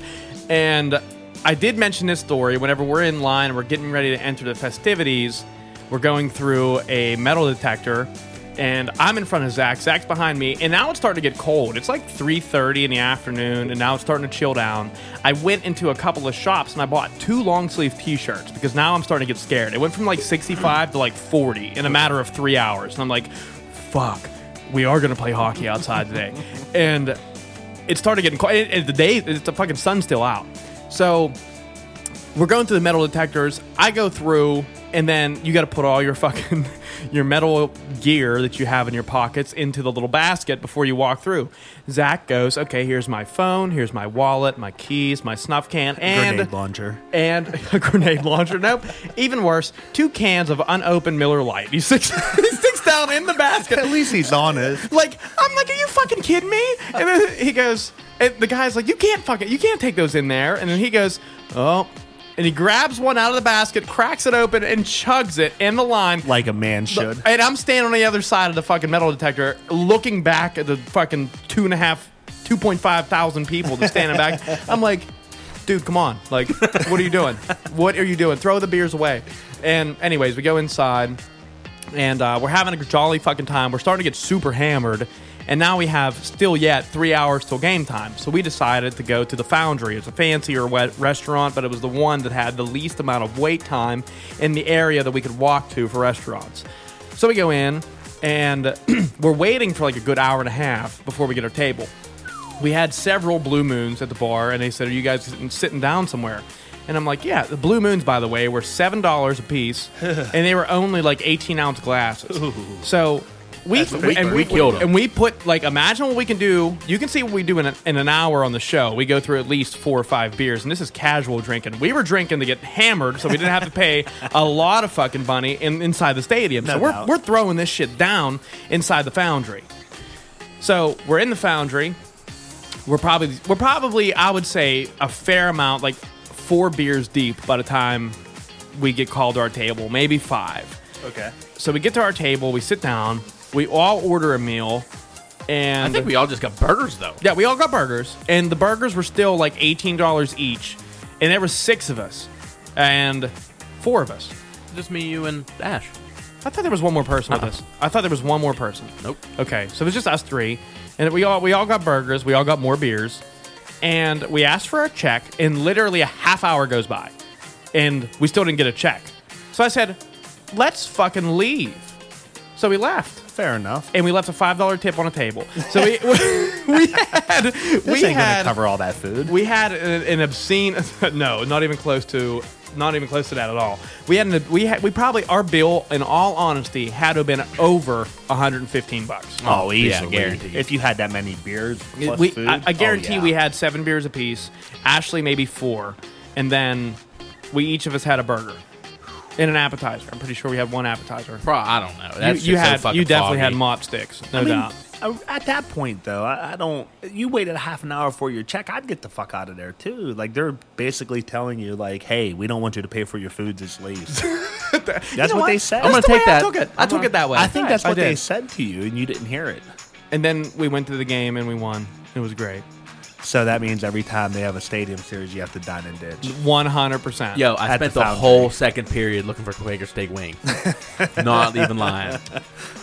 S1: And I did mention this story whenever we're in line and we're getting ready to enter the festivities. We're going through a metal detector, and I'm in front of Zach. Zach's behind me, and now it's starting to get cold. It's like 3:30 in the afternoon, and now it's starting to chill down. I went into a couple of shops and I bought two long sleeve T-shirts because now I'm starting to get scared. It went from like 65 to like 40 in a matter of three hours, and I'm like, "Fuck." we are going to play hockey outside today. and it started getting cold. And- and the day, it's the fucking sun's still out. So we're going through the metal detectors. I go through, and then you got to put all your fucking your metal gear that you have in your pockets into the little basket before you walk through. Zach goes, "Okay, here's my phone, here's my wallet, my keys, my snuff can, and
S3: Grenade launcher.
S1: and a grenade launcher. Nope. Even worse, two cans of unopened Miller Lite. He sticks, he sticks down in the basket
S3: At least he's honest.
S1: like I'm like, are you fucking kidding me? And then he goes, and the guy's like, you can't fucking, you can't take those in there. And then he goes, oh, and he grabs one out of the basket, cracks it open, and chugs it in the line.
S3: Like a man should.
S1: And I'm standing on the other side of the fucking metal detector, looking back at the fucking two and a half, two point five thousand people that's standing back. I'm like, dude, come on, like, what are you doing? What are you doing? Throw the beers away. And anyways, we go inside and uh, we're having a jolly fucking time. We're starting to get super hammered, and now we have still yet three hours till game time. So we decided to go to the Foundry. It's a fancier wet restaurant, but it was the one that had the least amount of wait time in the area that we could walk to for restaurants. So we go in, and we're waiting for like a good hour and a half before we get our table we had several blue moons at the bar, and they said, "Are you guys sitting down somewhere?" And I'm like, "Yeah." The blue moons, by the way, were seven dollars a piece, and they were only like 18 ounce glasses. So we, we and we
S2: killed 'em.
S1: and we put like imagine what we can do. You can see what we do in, a, in an hour on the show. We go through at least four or five beers, and this is casual drinking. We were drinking to get hammered, so we didn't have to pay a lot of fucking money in, inside the stadium. so we're
S3: doubt.
S1: we're throwing this shit down inside the foundry. So we're in the foundry we're probably we're probably I would say a fair amount, like four beers deep by the time we get called to our table, maybe five.
S3: Okay.
S1: So we get to our table, we sit down, we all order a meal,
S2: I
S1: and
S2: think we all just got burgers though.
S1: yeah, we all got burgers, and the burgers were still like eighteen dollars each, and there were six of us, and four of us.
S2: Just me, you, and Ash.
S1: I thought there was one more person
S3: Uh-uh.
S1: with us. I thought there was one more person.
S2: Nope.
S1: Okay, so it was just us three, and we all we all got burgers, we all got more beers, and we asked for our check, and literally a half hour goes by, and we still didn't get a check. So I said, "Let's fucking leave." So we left,
S3: Fair enough.
S1: and we left a five dollar tip on a table. So we we, we had
S3: This
S1: we
S3: ain't
S1: had
S3: gonna cover all that food.
S1: we had an, an obscene no, not even close to Not even close to that at all. We had an, we had, we probably our bill, in all honesty, had to have been over 115 bucks.
S3: Oh,
S2: yeah,
S3: easily.
S2: guaranteed.
S3: If you had that many beers plus
S1: we,
S3: food,
S1: I, I
S3: oh,
S1: guarantee
S3: yeah.
S1: we had seven beers apiece. Ashley maybe four, and then we each of us had a burger and an appetizer. I'm pretty sure we had one appetizer.
S2: Bro, I don't know.
S1: You,
S2: That's
S1: you
S2: just so
S1: had
S2: fucking
S1: you definitely had
S2: foggy.
S1: mop sticks, no
S3: I mean,
S1: doubt.
S3: I- at that point, though, I, I don't. You waited a half an hour for your check. I'd get the fuck out of there too. Like they're basically telling you, like, "Hey, we don't want you to pay for your food. Just leave." That's what, they said.
S2: I'm gonna
S1: That's the
S2: take
S1: way
S2: that.
S1: I took it. I took it that way.
S3: I think that's
S1: I
S3: what they
S1: did.
S3: said to you, and you didn't hear it.
S1: And then we went to the game and we won. It was great.
S3: So that means every time they have a stadium series, you have to dine and
S1: Mm-hmm.
S3: ditch.
S1: 100%.
S2: Yo, I
S3: At
S2: spent
S3: the
S2: the,
S3: fountain.
S2: whole second period looking for Quaker steak wings. Not even lying.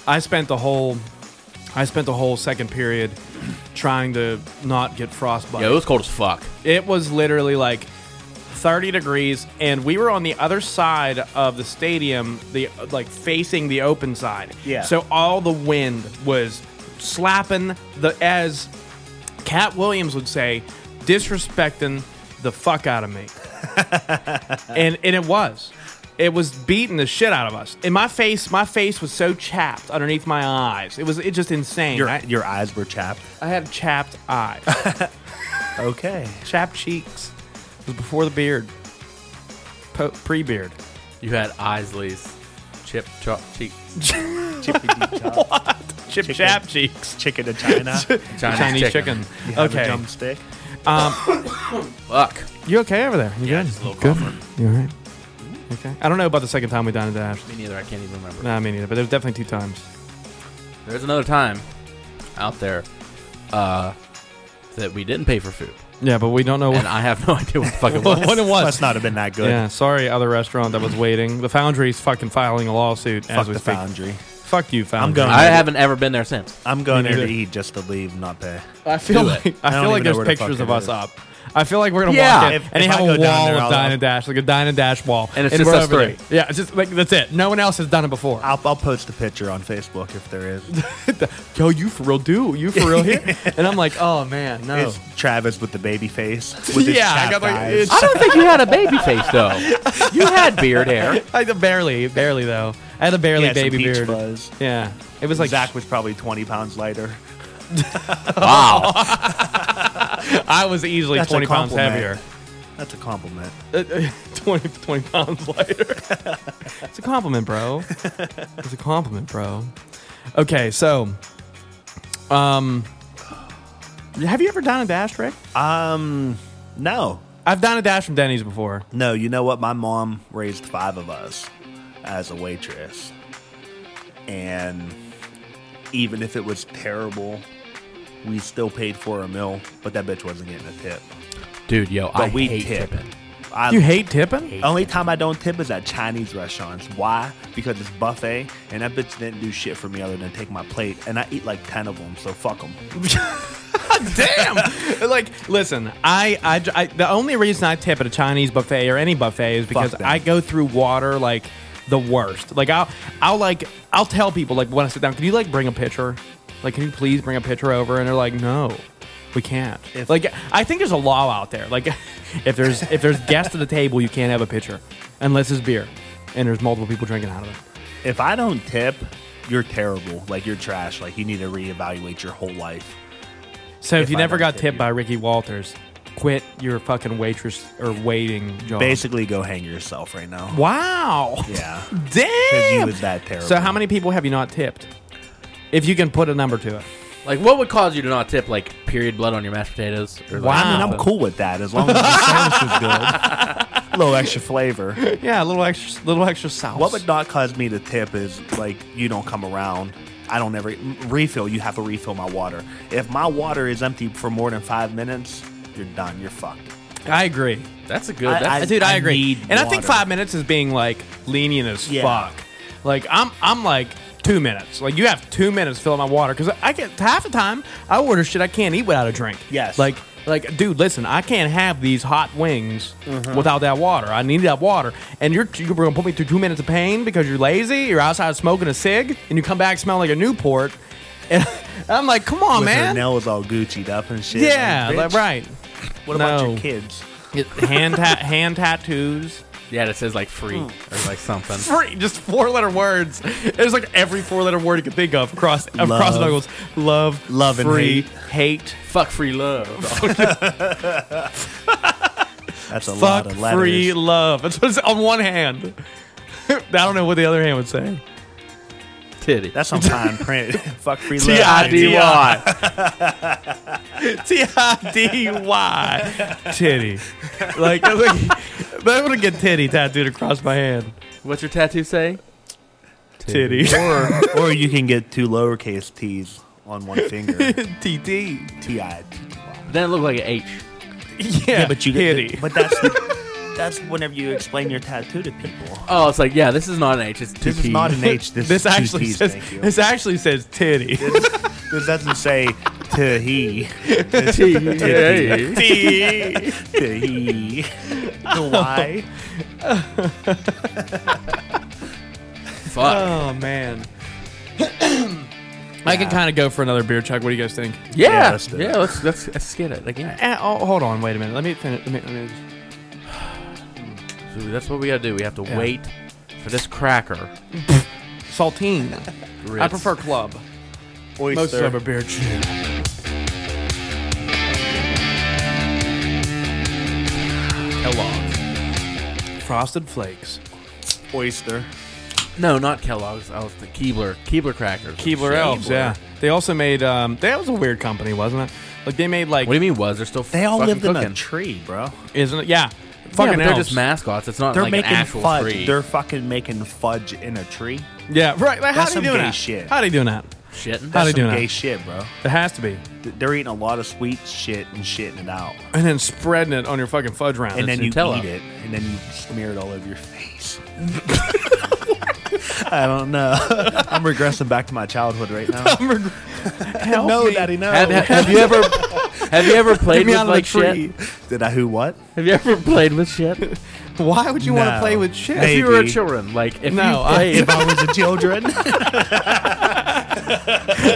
S1: I spent the whole I spent the whole second period trying to not get frostbite.
S2: Yo, it was cold as fuck.
S1: It was literally like 30 degrees and we were on the other side of the stadium, the like facing the open side.
S3: Yeah.
S1: So all the wind was slapping the as Cat Williams would say, disrespecting the fuck out of me. and and it was. It was beating the shit out of us. And my face, my face was so chapped underneath my eyes. It was it just insane.
S3: Your
S1: I,
S3: your eyes were chapped.
S1: I had chapped eyes,
S3: Okay.
S1: chapped cheeks. It was before the beard, po- pre-beard.
S2: You had Isley's chip chop cheek
S3: Chippy chop.
S1: Chip
S3: Chicken.
S1: chap cheeks.
S3: Chicken to China.
S2: Chinese,
S1: Chinese
S2: chicken.
S1: chicken.
S3: You have a
S1: Okay.
S3: jump stick.
S2: Fuck.
S1: You okay over there? You
S2: Yeah,
S1: good?
S2: just a little
S1: good.
S2: cough.
S1: You all right? Okay. I don't know about the second time we dined at Ashley.
S2: Me neither. I can't even remember.
S1: Nah, me neither. But there's definitely two times.
S2: There's another time out there uh, that we didn't pay for food,
S1: Yeah, but we don't know what,
S2: and I have no idea what the fuck it was.
S1: what it was.
S3: Must not have been that good.
S1: Yeah, sorry, other restaurant that was waiting. The Foundry's fucking filing a lawsuit
S3: Fuck
S1: as we
S3: the
S1: speak.
S3: foundry.
S1: Fuck you, Foundry.
S3: going-
S2: I haven't ever been there since.
S3: I'm going
S1: Me
S3: there to
S1: neither.
S3: eat just to leave, not pay.
S1: I feel
S2: Do it.
S1: like
S3: I
S1: I
S3: don't
S1: feel like
S3: even know
S1: there's
S3: where the
S1: pictures
S3: fuck
S1: of
S3: it
S1: us
S3: is.
S1: up. I feel like we're gonna
S2: Yeah.
S1: walk in
S3: If-
S1: and they
S3: if I
S1: have
S3: go
S1: a
S3: down
S1: wall
S3: there,
S1: of
S3: I'll-
S1: dine and dash, like a dine and dash wall,
S2: And it's just
S1: we're
S2: us
S1: over
S2: three.
S1: there. Yeah, it's just like that's it. No one else has done it before.
S3: I'll, I'll post a picture on Facebook if there is.
S1: Yo, you for real? Do you for real here? and I'm like, oh man, no.
S3: It's Travis with the baby face. With his
S1: Yeah, I
S3: chapped
S1: got like-
S3: eyes.
S1: it's-
S2: I don't think you had a baby face though. You had beard hair.
S1: I barely, barely though. I had a barely
S3: He had some
S1: baby
S3: peach
S1: beard.
S3: fuzz.
S1: Yeah, it was like
S3: Zach was probably 20 pounds lighter.
S2: Wow.
S1: I was easily
S3: That's a
S1: 20 pounds
S3: compliment.
S1: heavier.
S3: That's a compliment.
S1: Uh, uh, 20, 20 pounds lighter. it's a compliment, bro. It's a compliment, bro. Okay, so, um, have you ever dined a dash, Rick?
S3: Um, no,
S1: I've dined a dash from Denny's before.
S3: no. You know what? My mom raised five of us as a waitress, and even if it was terrible, we still paid for a meal. But that bitch wasn't getting a tip.
S2: Dude, yo,
S3: But
S2: I
S3: we
S2: hate
S3: tip.
S2: tipping.
S3: I
S1: You hate tipping?
S3: Only time I don't tip is at Chinese restaurants. Why? Because it's buffet, and that bitch didn't do shit for me other than take my plate, and I eat like ten of them. So fuck them.
S1: Damn! like, listen, I, I, I- the only reason I tip at a Chinese buffet or any buffet is because
S3: them.
S1: I go through water like the worst. Like, I'll, I'll like, I'll tell people like when I sit down, can you like bring a pitcher? Like, can you please bring a pitcher over? And they're like, no, we can't.
S3: If-
S1: like, I think there's a law out there. Like, if there's if there's guests at the table, you can't have a pitcher unless it's beer and there's multiple people drinking out of it.
S3: If I don't tip, you're terrible. Like you're trash. Like you need to reevaluate your whole life.
S1: So if,
S3: If
S1: you
S3: I
S1: never
S3: don't
S1: got
S3: tip
S1: tipped
S3: you.
S1: by Ricky Walters, quit your fucking waitress or waiting job.
S3: Basically, go hang yourself right now.
S1: Wow.
S3: Yeah. Because
S1: Damn.
S3: you was that terrible.
S1: so how many people have you not tipped? If you can put a number to it.
S2: Like, what would cause you to not tip? Like, period blood on your mashed potatoes? Or, like,
S1: Wow.
S3: I mean, I'm cool with that as long as the sandwich is good. A little extra flavor.
S1: Yeah, a little extra, little extra sauce.
S3: What would not cause me to tip is like you don't come around. I don't ever refill. You have to refill my water. If my water is empty for more than five minutes, you're done. You're fucked.
S1: I agree,
S2: That's a good.
S3: I-
S2: That's,
S3: I-
S1: dude. I, agree,
S3: need
S1: and I think
S3: water.
S1: five minutes is being like lenient as
S3: Yeah.
S1: fuck. Like I'm, I'm like two minutes. Like you have two minutes to fill up my water because I get half the time I order shit I can't eat without a drink.
S3: Yes.
S1: Like, like, dude, listen, I can't have these hot wings
S3: Mm-hmm.
S1: without that water. I need that water, and you're you're gonna put me through two minutes of pain because you're lazy. You're outside smoking a cig, and you come back smelling like a Newport. And I'm like, come on,
S3: With her
S1: man.
S3: nails all Gucci'd up and shit.
S1: yeah,
S3: Like,
S1: like,
S3: bitch,
S1: right.
S3: What about
S1: no.
S3: your kids?
S1: hand ta- hand tattoos.
S2: Yeah, that says like free
S3: Hmm.
S2: or like something.
S1: Free, just four letter words. It was like every four letter word you could think of. Cross, uh,
S3: Love.
S1: cross and knuckles. Love,
S3: Love and
S1: free,
S3: hate.
S1: hate,
S2: Fuck free love. Oh,
S3: That's a lot
S1: fuck,
S3: of letters.
S1: free, love. That's what it's on one hand. I don't know what the other hand would say.
S2: Titty.
S3: That's on fine print. Fuck free love.
S1: T-I-D-Y. T I D Y. Titty. Like, I was like that would get titty tattooed across my hand.
S2: What's your tattoo say?
S1: Titty.
S3: or, or you can get two lowercase t's on one finger.
S1: TT.
S3: T I.
S2: Then it looked like an H.
S1: Yeah,
S3: But you
S1: titty.
S3: But that's the, that's whenever you explain your tattoo to people.
S2: Oh, it's like yeah, this is not an H. It's two
S3: This is not an H. This,
S1: this
S3: is two
S1: actually
S3: T's,
S1: says
S3: Thank you.
S1: this actually says titty.
S3: This doesn't say to he.
S2: T.
S3: T. to he. The Y.
S2: Fuck.
S1: Oh man. I can kind of go for another beer chuck. What do you guys think?
S2: Yeah.
S3: let's do it.
S2: Yeah. Let's let's let's get it again.
S1: Eh, oh, hold on, wait a minute. Let me finish. Let me, let me-
S2: So that's what we gotta do. We have to
S1: Yeah.
S2: wait for this cracker.
S1: Saltine. I
S2: Ritz.
S1: prefer club. Most of a beer chuck. Kellogg's. Frosted Flakes.
S3: Oyster.
S2: No, not Kellogg's. I was the Keebler. Keebler crackers.
S1: Keebler Elves, yeah. They also made, um, that was a weird company, wasn't it? Like, they made, like,
S2: What do you mean? Was they're still?
S3: They all
S2: fucking
S3: lived in
S2: cooking.
S3: a tree, bro.
S1: isn't it? Yeah.
S2: Yeah,
S1: Fucking
S2: but they're
S1: elves.
S2: just mascots. It's not
S3: They're
S2: like an
S3: making
S2: actual
S3: fudge.
S2: tree.
S3: They're fucking making fudge in a tree.
S1: Yeah, right. Like, how
S3: That's
S1: are they
S3: some
S1: doing
S3: gay
S1: that?
S3: shit.
S1: How are they doing that?
S2: shitting.
S1: How
S3: That's
S1: they
S3: some
S1: doing
S3: gay
S1: that?
S3: shit, bro.
S1: It has to be.
S3: Th- They're eating a lot of sweet shit and shitting it out,
S1: And then spreading it on your fucking fudge round.
S3: and then you
S2: Nutella.
S3: eat it, and then you smear it all over your face. I don't know. I'm regressing back to my childhood right now.
S1: Help
S3: no,
S1: me.
S3: daddy, no.
S2: Have, have- have you ever? Have you ever played
S1: Get me
S2: with
S1: out of the
S2: like
S1: tree.
S2: shit?
S3: Did I who what?
S2: Have you ever played with shit?
S1: Why would you want to
S3: No.
S1: play with shit?
S3: Hey.
S2: If you were
S3: Maybe.
S2: children, like if
S1: No,
S2: you
S1: I-
S2: played,
S3: If I was a children,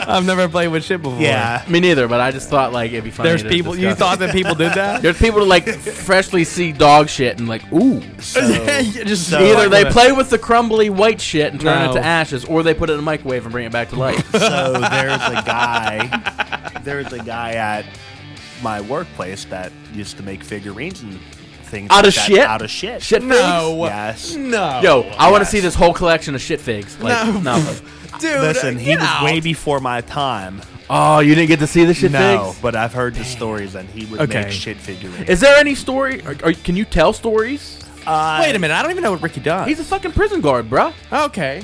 S1: I've never played with shit before.
S3: yeah.
S2: me neither. But I just thought like it'd be funny.
S1: There's
S2: to
S1: people. You
S2: discuss
S1: thought that people did that?
S2: There's people who like freshly see dog shit and like, ooh.
S1: You just
S3: So-
S1: fuck
S2: Either they
S1: with it.
S2: play with the crumbly white shit and turn
S1: No.
S2: it to ashes, or they put it in a microwave and bring it back to life.
S3: So there's a guy. There's a guy at my workplace that used to make figurines and things
S2: Out
S3: like
S2: of
S3: that
S2: shit?
S3: Out of shit.
S2: shit
S1: No.
S3: Yes.
S1: No.
S2: figs? Yo, I want to
S3: yes.
S2: see this whole collection of shit figs. Like,
S1: No.
S2: no.
S1: dude.
S3: Listen, he
S1: get
S3: was
S1: out.
S3: way before my time.
S2: Oh, you didn't get to see the shit
S3: no,
S2: figs?
S3: but I've heard the stories, and he would
S1: Okay.
S3: make shit figurines.
S2: Is there any story? Are, are, can you tell stories?
S3: uh,
S1: Wait a minute. I don't even know what Ricky does.
S2: He's a fucking prison guard, bruh.
S1: okay.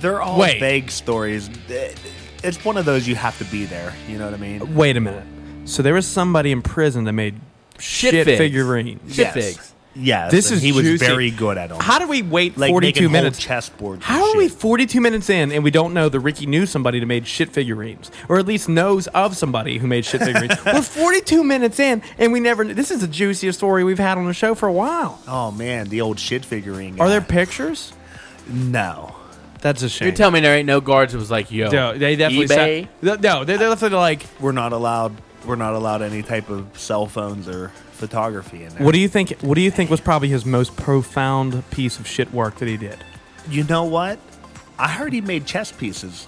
S3: They're all
S1: Wait.
S3: vague stories. It- It's one of those you have to be there. You know what I mean?
S1: Wait a minute. So there was somebody in prison that made shit,
S2: figs.
S1: figurines.
S2: Shit figs.
S3: Yes.
S1: This
S3: and
S1: is
S3: he was
S1: juicy.
S3: very good at them.
S1: How do we wait
S3: like
S1: 42
S3: making
S1: minutes?
S3: Whole chessboards. and
S1: How are we
S3: shit.
S1: 42 minutes in and we don't know that Ricky knew somebody that made shit figurines, or at least knows of somebody who made shit figurines? We're 42 minutes in and we never. This is the juiciest story we've had on the show for a while.
S3: Oh man, the old shit figurine.
S1: Are
S3: guy.
S1: there pictures?
S3: no?
S1: That's a shame.
S2: You're telling me there ain't no guards who was like, yo,
S1: no, they definitely
S2: eBay?
S1: sa- Th- no, they're definitely like.
S3: We're not allowed. We're not allowed any type of cell phones or photography in there.
S1: What do you think? What do you think was probably his most profound piece of shit work that he did?
S3: you know what? I heard he made chess pieces.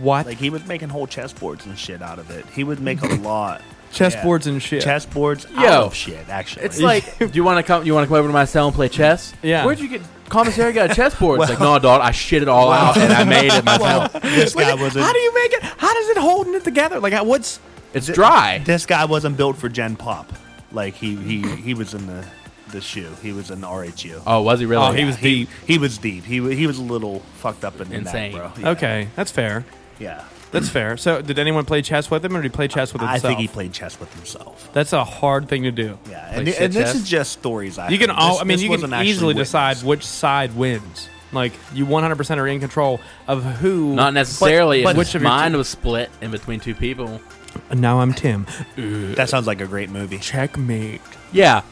S1: What
S3: Like he was making whole chessboards and shit out of it. He would make a lot.
S1: chessboards
S3: yeah.
S1: and shit?
S3: Chessboards
S2: Yo.
S3: out of shit. Actually,
S2: It's like, do you want to come? You want to come over to my cell and play chess?
S1: Yeah.
S2: Where'd you get commissary? Got a chessboard? it's like, no, dog. I shit it all out and I made it myself.
S3: this
S1: Like,
S3: guy wasn't.
S1: how do you make it? How does it holding it together? Like, I- what's
S2: It's dry.
S3: this guy wasn't built for Gen Pop. Like he he he was in the the shoe. He was in the RHU.
S2: Oh, was he really?
S1: Oh, he was deep.
S3: He was deep. He wa- he was a little fucked up in the
S2: Insane.
S3: neck, bro. Yeah.
S1: Okay, that's fair.
S3: Yeah.
S1: That's fair. So, did anyone play chess with him, or did he play chess with
S3: I
S1: himself?
S3: think he played chess with himself.
S1: That's a hard thing to do.
S3: Yeah, and,
S2: Like shit
S3: and this
S2: chest?
S3: is just stories. I
S1: You can
S3: heard.
S1: all.
S3: This-
S1: I mean,
S3: this
S1: you
S3: wasn't
S1: can
S3: actually
S1: easily
S3: witnessed.
S1: decide which side wins. Like you 100% are in control of who.
S2: Not necessarily.
S1: but-
S2: if
S1: Which of your
S2: mine
S1: two-
S2: was split in between two people.
S1: Now I'm Tim.
S3: That sounds like a great movie.
S1: Checkmate.
S2: Yeah.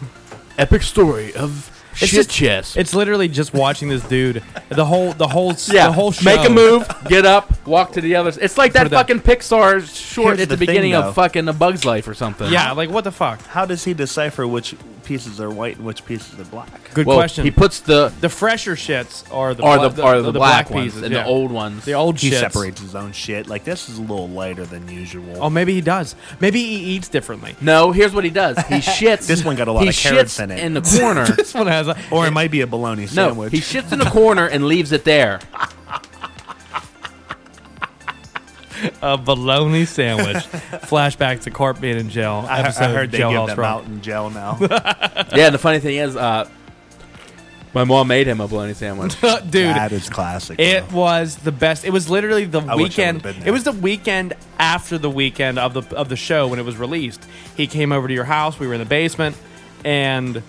S2: Epic story of
S1: It's
S2: shit
S1: just-
S2: chess.
S1: It's literally just watching this dude. The whole. The whole. s-
S2: yeah.
S1: The whole show.
S2: Make a move. Get up. Walk to the other. s- It's like
S1: Put
S2: that
S1: it down.
S2: fucking Pixar short
S3: Here's
S2: at the,
S3: the thing,
S2: beginning
S3: though.
S2: of fucking A Bug's Life or something.
S1: Yeah. Like what the fuck?
S3: How does he decipher which pieces are white and which pieces are black?
S1: Good
S2: Well,
S1: question.
S2: he puts the
S1: the fresher shits are the
S2: are
S1: bla-
S2: the, are the, black, ones
S1: pieces
S2: and
S1: yeah.
S2: the old ones.
S1: the old
S3: He
S1: shits.
S3: separates his own shit. Like this is a little lighter than usual.
S1: Oh, maybe he does. Maybe he eats differently.
S2: no, here's what he does. He shits.
S3: This one got a lot
S2: he
S3: of carrots
S2: shits
S3: in it.
S2: in the corner.
S1: This one has a.
S3: or it might be a bologna
S2: no,
S3: sandwich.
S2: he shits in the corner and leaves it there.
S1: a bologna sandwich. Flashback to Carp being in jail.
S3: I, I
S1: episode
S3: heard they
S1: jail
S3: give
S1: House
S3: them
S1: Rock.
S3: out in jail now.
S2: Yeah, and the funny thing is, uh, my mom made him a bologna sandwich.
S1: Dude,
S3: that is classic.
S1: it
S3: bro.
S1: was the best. It was literally the
S3: I wish I would've
S1: weekend.
S3: been there.
S1: It was the weekend after the weekend of the of the show when it was released. He came over to your house. We were in the basement, and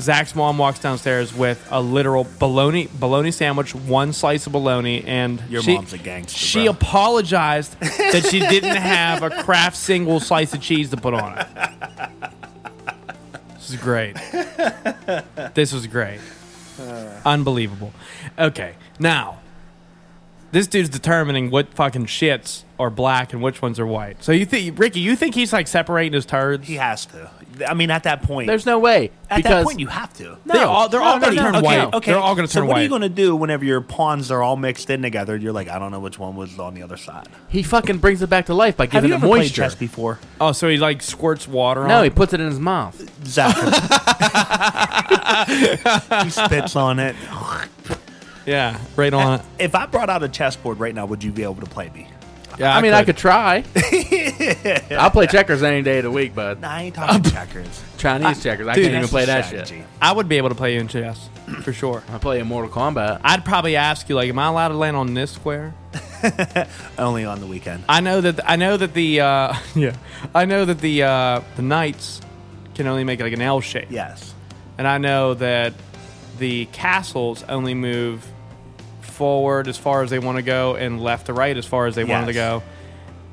S1: Zach's mom walks downstairs with a literal bologna bologna sandwich, one slice of bologna, and
S3: Your
S1: she-
S3: mom's a gangster,
S1: She
S3: bro.
S1: apologized that she didn't have a craft single slice of cheese to put on it. This is great. This was great. Unbelievable. Okay, now this dude's determining what fucking shits are black and which ones are white. So you think, Ricky, you think he's like separating his turds?
S3: He has to. I mean, at that point,
S2: There's no way
S3: at
S2: because
S3: that point you have to.
S2: no,
S1: They all- they're all gonna turn
S3: okay,
S1: white.
S3: Okay.
S1: They're all gonna
S3: so
S1: turn
S3: what are you
S1: white.
S3: going to do whenever your pawns are all mixed in together? You're like, I don't know which one was on the other side.
S2: He fucking brings it back to life by
S3: Have
S2: giving
S3: you
S2: it
S3: ever played
S2: moisture.
S3: chess before?
S1: Oh, so he like squirts water
S2: No,
S1: on.
S2: he puts it in his mouth.
S3: Exactly. he spits on it.
S1: Yeah, right on it.
S3: If I brought out a chessboard right now, would you be able to play me?
S1: Yeah,
S2: I, mean, I could try. I'll play checkers any day of the week, but
S3: Nah, I ain't talking checkers.
S2: Chinese checkers, I
S1: dude,
S2: can't even
S3: That's
S2: play that
S3: strategy.
S2: shit.
S1: I would be able to play you in chess for sure.
S2: I play in Mortal Kombat.
S1: I'd probably ask you like, am I allowed to land on this square?
S3: Only on the weekend.
S1: I know that I know that the uh, yeah I know that the uh, the knights can only make like an L shape.
S3: Yes.
S1: and I know that the castles only move forward as far as they want to go and left to right as far as they wanted to go.
S3: Yes.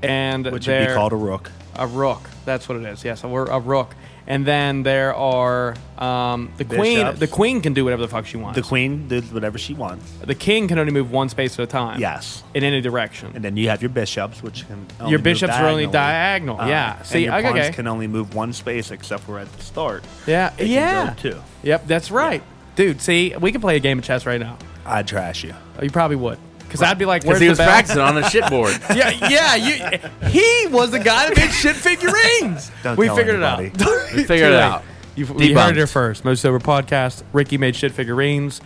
S1: And
S3: Which would
S1: there
S3: be called a rook.
S1: a rook. That's what it is. Yes, a, wor- a rook. And then there are um, the queen.
S3: Bishops.
S1: The queen can do whatever the fuck she wants.
S3: The queen does whatever she wants.
S1: The king can only move one space at a time.
S3: Yes.
S1: in any direction.
S3: And then you have your bishops, which can only
S1: Your
S3: move
S1: bishops are only
S3: diagonally. Uh,
S1: diagonal, yeah.
S3: and
S1: See,
S3: your
S1: okay,
S3: pawns
S1: okay.
S3: can only move one space except for at the start.
S1: yeah,
S3: They can
S1: yeah.
S3: go two.
S1: Yep, that's right, dude. See, we could play a game of chess right now.
S3: I'd trash you.
S1: Oh, You probably would, because I'd be like, "Where's
S2: Because he
S1: the
S2: was
S1: bell?"
S2: practicing on a shitboard.
S1: Yeah, yeah. You, he was the guy that made shit figurines.
S3: Don't
S1: we
S3: tell
S1: figured it
S3: anybody.
S1: out. we
S2: figured it out.
S1: You, we heard it
S2: Debunked.
S1: here first. Most sober podcast. Ricky made shit figurines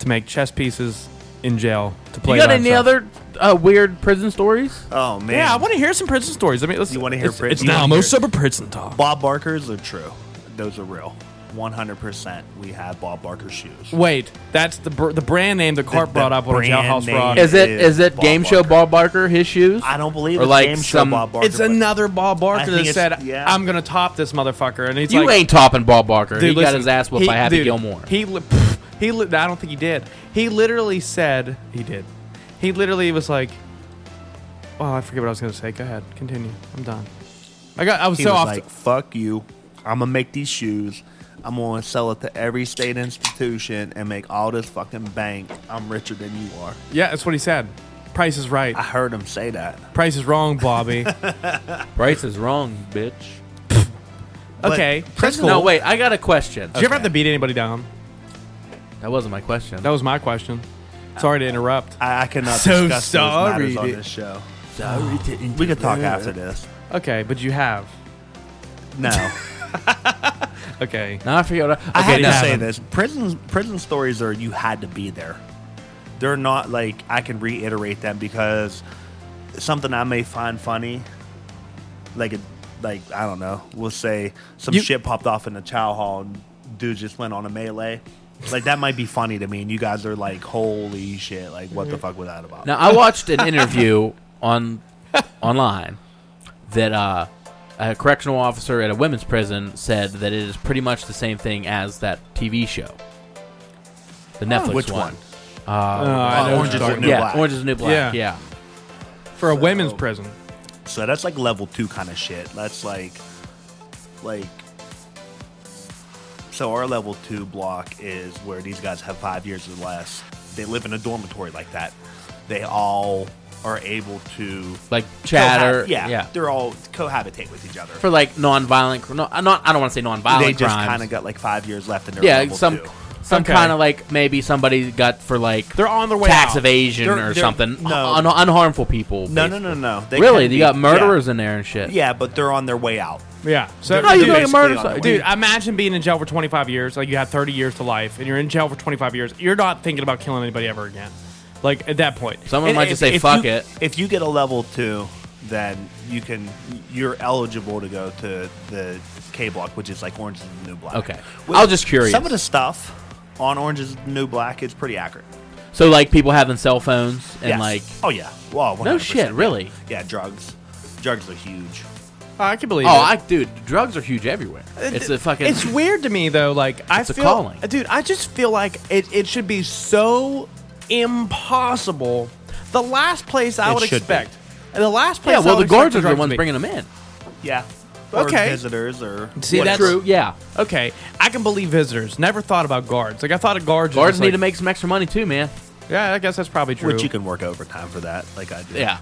S1: to make chess pieces in jail to play.
S2: You got
S1: by
S2: any
S1: himself.
S2: other uh, weird prison stories?
S3: Oh man.
S1: Yeah, I want to hear some prison stories. I mean, let's,
S3: You wanna hear
S1: it's-
S3: prison-
S1: It's
S3: you wanna
S1: now
S3: hear-
S1: most sober prison talk.
S3: Bob Barkers are true. Those are real. 100%. We have Bob Barker shoes.
S1: Wait, that's the br- the brand name that Carp
S3: the
S1: brought up on
S3: brand
S1: Jailhouse
S3: name.
S1: Rock.
S3: It
S2: Is it is
S3: is
S2: it
S3: Bob
S2: game show
S3: Barker.
S2: Bob Barker his shoes?
S3: I don't believe
S2: Or
S3: it's
S2: like
S3: game
S2: some-
S3: show Bob Barker.
S1: It's
S3: but
S1: another Bob
S3: I
S1: Barker
S3: think
S1: that
S3: it's-
S1: said,
S3: yeah.
S1: "I'm gonna top this motherfucker," and he's
S2: You
S1: like,
S2: ain't topping Bob Barker.
S1: Dude,
S2: he
S1: listen,
S2: got his ass whooped
S1: he-
S2: by Happy
S1: dude,
S2: Gilmore.
S1: He li- pff, he. Li- I don't think he did. He literally said he did. He literally was like, "Oh, I forget what I was gonna say. Go ahead, continue. I'm done." I got. I was
S3: He
S1: so
S3: was
S1: off.
S3: like, fuck you. I'm going to make these shoes. I'm going to sell it to every state institution and make all this fucking bank. I'm richer than you are.
S1: yeah, that's what he said. Price is right.
S3: I heard him say that.
S1: Price is wrong, Bobby.
S2: Bryce is wrong, bitch.
S1: okay. That's cool.
S2: No, wait. I got a question.
S1: Did you ever have to beat anybody down?
S2: That wasn't my question.
S1: That was my question. Sorry
S3: Uh,
S1: to interrupt.
S3: I, I cannot
S1: So
S3: discuss
S1: sorry,
S3: those matters on
S1: dude.
S3: this show. We could talk after this.
S1: Okay, but you have.
S3: No,
S1: Okay.
S2: Now I forget. What I, okay,
S3: I had to
S2: now-
S3: say this. Prison prison stories are you had to be there. They're not like I can reiterate them because something I may find funny, like a, like I don't know, we'll say some
S1: You-
S3: shit popped off in the chow hall and dude just went on a melee. Like that might be funny to me, and you guys are like, "Holy shit! Like, what the fuck was that about?"
S2: Mm-hmm. Now I watched an interview on online that uh, a correctional officer at a women's prison said that it is pretty much the same thing as that TV show, the Netflix
S3: which
S2: one.
S3: one? Oh,
S1: Uh, I know what
S3: Orange
S1: you're
S3: is the
S1: talking
S3: New
S2: yeah,
S3: Black.
S2: Orange is the New Black.
S1: Yeah.
S2: Yeah.
S1: about. for a women's prison.
S3: So that's like level two kind of shit. That's like, like. So our level two block is where these guys have five years or less. They live in a dormitory like that. They all are able to
S2: like chatter.
S3: cohab- yeah,
S2: yeah.
S3: they're all cohabitate with each other.
S2: For like non-violent, cr- no, uh, not I don't want to say non-violent
S3: they just
S2: crimes.
S3: kind of got like five years left in their
S2: yeah,
S3: level
S2: some
S3: two.
S2: some
S1: Okay.
S2: kind of like maybe somebody got for like
S1: They're on their way
S2: tax
S1: out.
S2: evasion
S3: They're-
S2: or
S3: they're-
S2: something.
S3: no.
S2: Un- unharmful people.
S3: No, no, no, no. They
S2: really,
S3: can
S2: you
S3: be-
S2: got
S3: yeah.
S2: murderers in there and shit.
S3: Yeah, but they're on their way out.
S1: Yeah. So
S3: How you
S1: dude,
S3: gonna murder
S1: basically,
S3: some-
S1: dude, imagine being in jail for 25 years. Like you have 30 years to life, and you're in jail for 25 years. You're not thinking about killing anybody ever again. Like at that point,
S2: Someone
S3: And
S2: might
S3: if-
S2: just say
S3: if
S2: fuck
S3: you-
S2: it.
S3: If you get a level two, then you can you're eligible to go to the K block, which is like Orange is the New Black.
S2: Okay.
S3: Which-
S2: I was just curious.
S3: Some of the stuff on Orange is the New Black is pretty accurate.
S2: So like people having cell phones and
S3: Yes.
S2: like
S3: oh yeah, wow,
S2: no shit, really.
S3: Yeah, drugs, drugs are huge.
S1: I can believe.
S2: Oh,
S1: it.
S2: I dude, drugs are huge everywhere. It's a fucking.
S1: It's weird to me though. Like I
S2: It's a
S1: feel,
S2: calling.
S1: dude. I just feel like it, it should be so impossible. The last place I
S3: It
S1: would
S3: should be.
S1: expect. The last place.
S2: yeah.
S1: I
S2: Well,
S1: would
S2: the guards
S1: expect
S2: are the
S1: drugs to
S2: ones
S1: be.
S2: bringing them in.
S3: Yeah.
S1: Okay.
S3: Or visitors or
S1: See, that's-
S3: whatever.
S2: True. Yeah.
S1: Okay, I can believe visitors. Never thought about guards. Like I thought of guards.
S2: Guards need
S1: like,
S2: to make some extra money too, man.
S1: Yeah, I guess that's probably true.
S3: Which you can work overtime for that, like I do.
S2: Yeah.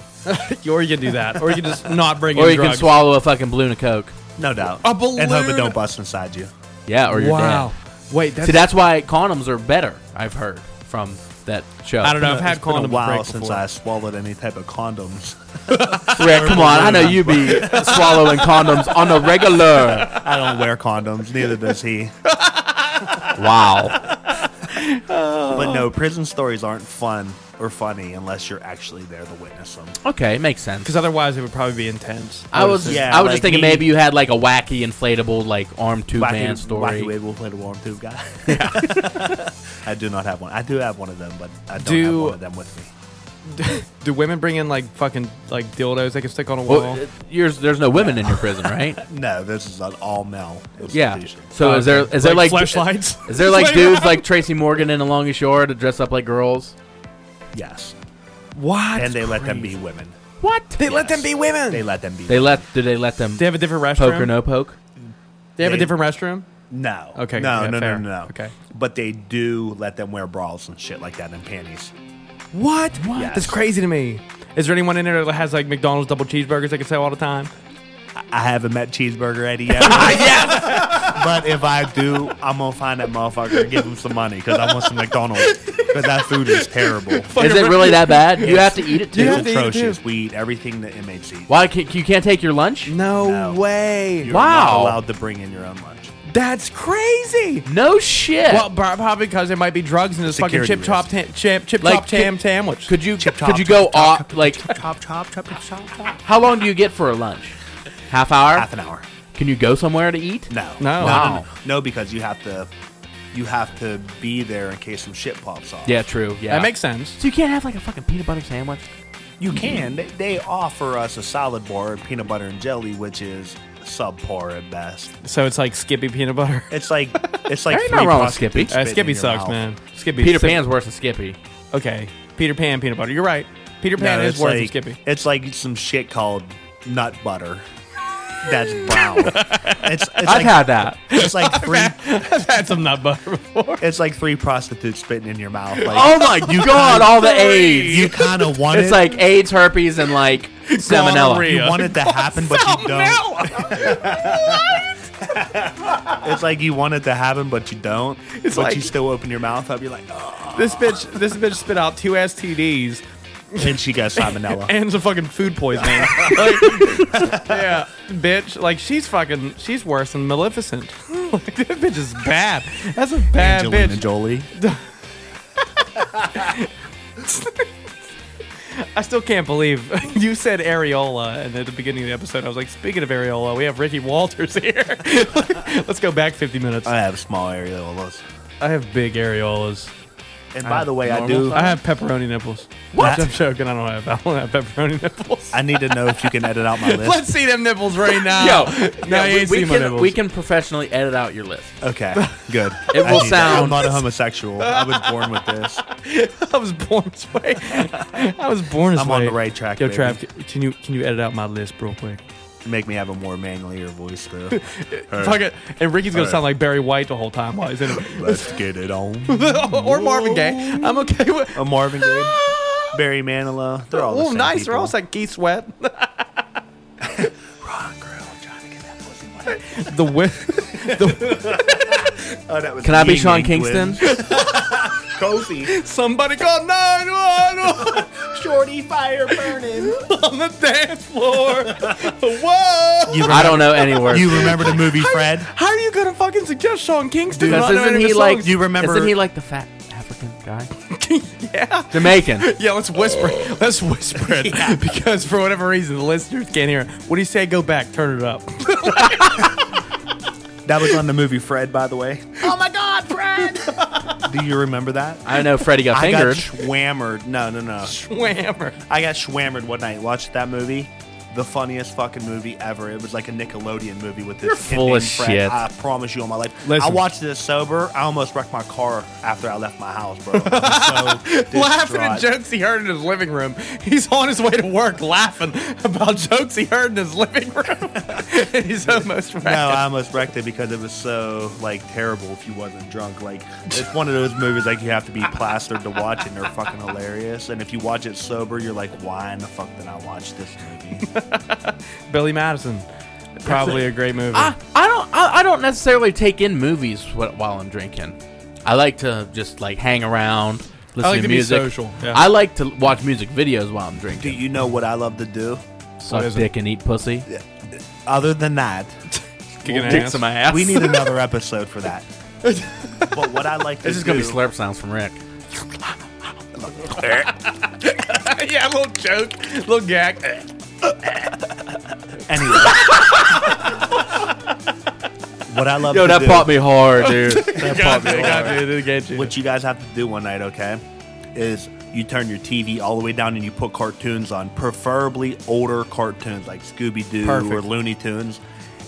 S1: or you can do that, or you can just not bring.
S2: Or
S1: in
S2: you can
S1: drugs.
S2: swallow a fucking balloon of coke.
S3: no doubt.
S1: A
S3: and hope it
S1: balloon-
S3: don't bust inside you.
S2: Yeah. Or you're
S1: Wow. Wait,
S2: dead.
S1: that's,
S2: See, that's why condoms are better. I've heard from that show.
S1: I don't know. I've had
S3: It's been a
S1: condom
S3: while
S1: break
S3: since
S1: before.
S3: I swallowed any type of condoms.
S2: Yeah, come on. I know you be swallowing condoms on a regular.
S3: I don't wear condoms, neither does he.
S2: Wow.
S3: But no, prison stories aren't fun or funny unless you're actually there to witness them.
S2: Okay, makes sense.
S1: because otherwise it would probably be intense.
S2: I was,
S3: Yeah,
S2: I was
S3: like
S2: just thinking
S3: me.
S2: maybe you had like a wacky inflatable like arm tube
S3: Wacky-
S2: man story.
S3: Wacky Wave will play the warm tube guy. I do not have one. I do have one of them, but I don't have
S1: Do-
S3: one of them with me.
S1: Do women bring in like fucking like dildos they can stick on a wall?
S2: Well, it- yours, there's no women in your prison, right?
S3: No, this is an all male
S2: yeah.
S3: institution.
S2: So is there is there like
S1: flashlights?
S2: Is there like dudes like Tracy Morgan in Along the Shore to dress up like girls?
S3: Yes.
S1: what?
S3: and they let them be women.
S1: What? They let
S3: Yes.
S1: them be women.
S3: They
S1: They,
S3: let them be
S2: They let do they let them
S1: have a different restroom.
S2: poke or no poke?
S1: They have
S3: They-
S1: a different restroom.
S3: No.
S1: Okay,
S3: No,
S1: yeah,
S3: no,
S1: fair.
S3: no, no, no.
S1: Okay.
S3: But they do let them wear bras and shit like that and panties.
S1: What? What?
S3: Yes.
S1: That's crazy to me. Is there anyone in there that has like McDonald's double cheeseburgers they can sell all the time?
S3: I haven't met Cheeseburger Eddie yet. yes! But if I do, I'm going to find that motherfucker and give him some money because I want some McDonald's because that food is terrible.
S2: Is it really that bad? You have to eat it too.
S1: Oh, You have
S3: It's
S1: to eat it
S3: atrocious.
S1: too.
S3: We eat everything that inmates eat.
S2: Why can, you can't take your lunch?
S1: No,
S3: No.
S1: way.
S3: You're
S2: Wow.
S3: not allowed to bring in your own lunch.
S1: That's crazy.
S2: No shit.
S1: Well, prob- probably because there might be drugs in this fucking
S3: Security
S1: chip
S3: risk.
S1: chop tam, chip chip
S2: Like,
S1: chop tam sandwich.
S2: could you
S3: Chip
S2: could
S3: chop,
S2: you
S3: chip
S2: go
S3: chop,
S2: off
S3: chip chop,
S2: like
S3: Chop, chop, chop, chop, chop, chop.
S2: how long do you get for a lunch? Half hour?
S3: Half an hour.
S2: Can you go somewhere to eat?
S3: No.
S1: No.
S3: No,
S2: Wow.
S3: no, no. No, because you have to you have to be there in case some shit pops off.
S2: Yeah, true. Yeah.
S1: That makes sense.
S2: So you can't have like a fucking peanut butter sandwich?
S3: You can. They, they offer us a solid bar of peanut butter and jelly, which is subpar at best.
S1: So it's like Skippy peanut butter.
S3: It's like it's like
S2: There ain't
S3: three
S2: nothing wrong with
S3: prostitutes
S2: Skippy. Uh,
S1: Uh,
S3: spitting
S1: Skippy
S3: in your
S1: sucks,
S3: mouth.
S1: man. Skippy.
S2: Peter
S1: Sim-
S2: Pan's worse than Skippy.
S1: Okay, Peter Pan peanut butter. You're right. Peter
S3: No,
S1: Pan is
S3: it's
S1: worse than
S3: like-
S1: Skippy.
S3: It's like some shit called nut butter. That's brown. it's it's like,
S2: I've had that.
S3: it's like three
S1: I've had some nut butter before.
S3: it's like three prostitutes spitting in your mouth. Like
S2: Oh my god, all the AIDS.
S3: you kind of want
S2: It's
S3: it.
S2: like AIDS, herpes, and like salmonella.
S1: Gonorrhea.
S3: you want it to happen, but you don't. It's like you want it to happen, but you don't.
S1: It's
S3: but
S1: like-
S3: you still open your mouth up. You're like, oh.
S1: this bitch. This bitch spit out two STDs
S3: and she got salmonella.
S1: and some fucking food poisoning. Like, yeah, bitch. Like she's fucking. She's worse than Maleficent. like, that bitch is bad. That's a bad
S3: Angelina
S1: bitch.
S3: Jolie.
S1: I still can't believe you said areola, and at the beginning of the episode, I was like, "Speaking of areola, we have Ricky Walters here." Let's go back 50 minutes.
S3: I have small areolas.
S1: I have big areolas.
S3: And by the way, I
S2: normal
S3: do.
S1: I have pepperoni nipples. What? I'm joking. I don't have. I don't have pepperoni nipples.
S3: I need to know if you can edit out my list.
S1: Let's see them nipples right now.
S2: Yo,
S1: no, you
S2: we,
S1: ain't
S2: we
S1: seen my
S2: can,
S1: nipples.
S2: we can professionally edit out your list.
S3: okay, good.
S2: It
S3: I
S2: will
S3: need that.
S2: sound-
S3: I'm not a homosexual. I was born with this.
S1: I was born this way. I was born this
S3: I'm
S1: way.
S3: on the right track,
S1: Yo,
S3: baby.
S1: Trav, can you can you edit out my list real quick?
S3: Make me have a more manlier voice though.
S1: Fuck it. And Ricky's gonna sound like Barry White the whole time while he's in it,
S3: Let's get it on.
S1: or Marvin Gaye. I'm okay with.
S3: A Marvin Gaye. Barry Manilow. They're all the
S1: oh,
S3: same
S1: nice. They're
S3: people.
S1: all like geese sweat.
S3: Ron Grill, trying to get that pussy wet.
S1: the wi-
S3: Oh, that was
S2: Can I be
S3: Ying
S2: Sean
S3: Yang
S2: Kingston?
S3: Twins. Kofi,
S1: somebody called 911
S3: Shorty, fire burning.
S1: on the dance floor. Whoa.
S4: You,
S2: I don't know any words.
S4: you remember the movie Fred?
S1: How are you gonna fucking suggest Sean Kingston?
S4: Dude,
S1: I
S2: Because
S1: don't know
S2: isn't
S1: any
S2: he
S1: of his
S2: like?
S1: songs.
S4: You remember-
S2: Isn't he like the fat African guy? yeah. Jamaican.
S1: Yeah, let's whisper. it. Let's whisper it because for whatever reason the listeners can't hear. it. What do you say? Go back. Turn it up.
S3: That was on the movie Fred, by the way. Oh my God, Fred! Do you remember that?
S2: I know Freddie got
S3: I got
S2: fingered.
S3: schwammered. No, no, no.
S1: Schwammer.
S3: I got schwammered one night. Watched that movie. The funniest fucking movie ever. It was like a Nickelodeon movie with this You're
S2: full of shit.
S3: I promise you on my life.
S1: Listen.
S3: I watched this sober. I almost wrecked my car after I left my house, bro. I'm so
S1: Laughing at
S3: distraught.
S1: jokes he heard in his living room. He's on his way to work laughing about jokes he heard in his living room. and he's almost right.
S3: No, I almost wrecked it because it was so like terrible if you wasn't drunk. Like it's one of those movies like you have to be plastered to watch and they're fucking hilarious. And if you watch it sober, you're like, why in the fuck did I watch this movie?
S1: Billy Madison. Probably a great movie.
S2: I, I don't. I, I don't necessarily take in movies wh- while I'm drinking. I like to just like hang around, listen
S1: like to be
S2: music.
S1: social, yeah.
S2: I like to watch music videos while I'm
S3: Do
S2: drinking.
S3: you know what I love to do?
S1: What
S2: Suck
S1: is it?
S2: dick and eat pussy.
S3: Other than that,
S1: Kicking
S2: Dick
S1: ass.
S2: some ass.
S3: we need another episode for that. But what I like to
S2: This is
S3: do,
S2: gonna be slurp sounds from Rick.
S1: yeah, a little joke, little gag.
S3: anyway. what I love
S2: Yo,
S3: to
S2: that
S3: do.
S2: popped me hard, dude.
S3: that
S1: God,
S3: popped me
S1: dude,
S3: hard.
S1: God, dude, it get you.
S3: What you guys have to do one night, okay, is you turn your TV all the way down and you put cartoons on, preferably older cartoons like Scooby Doo
S1: Perfect.
S3: or Looney Tunes,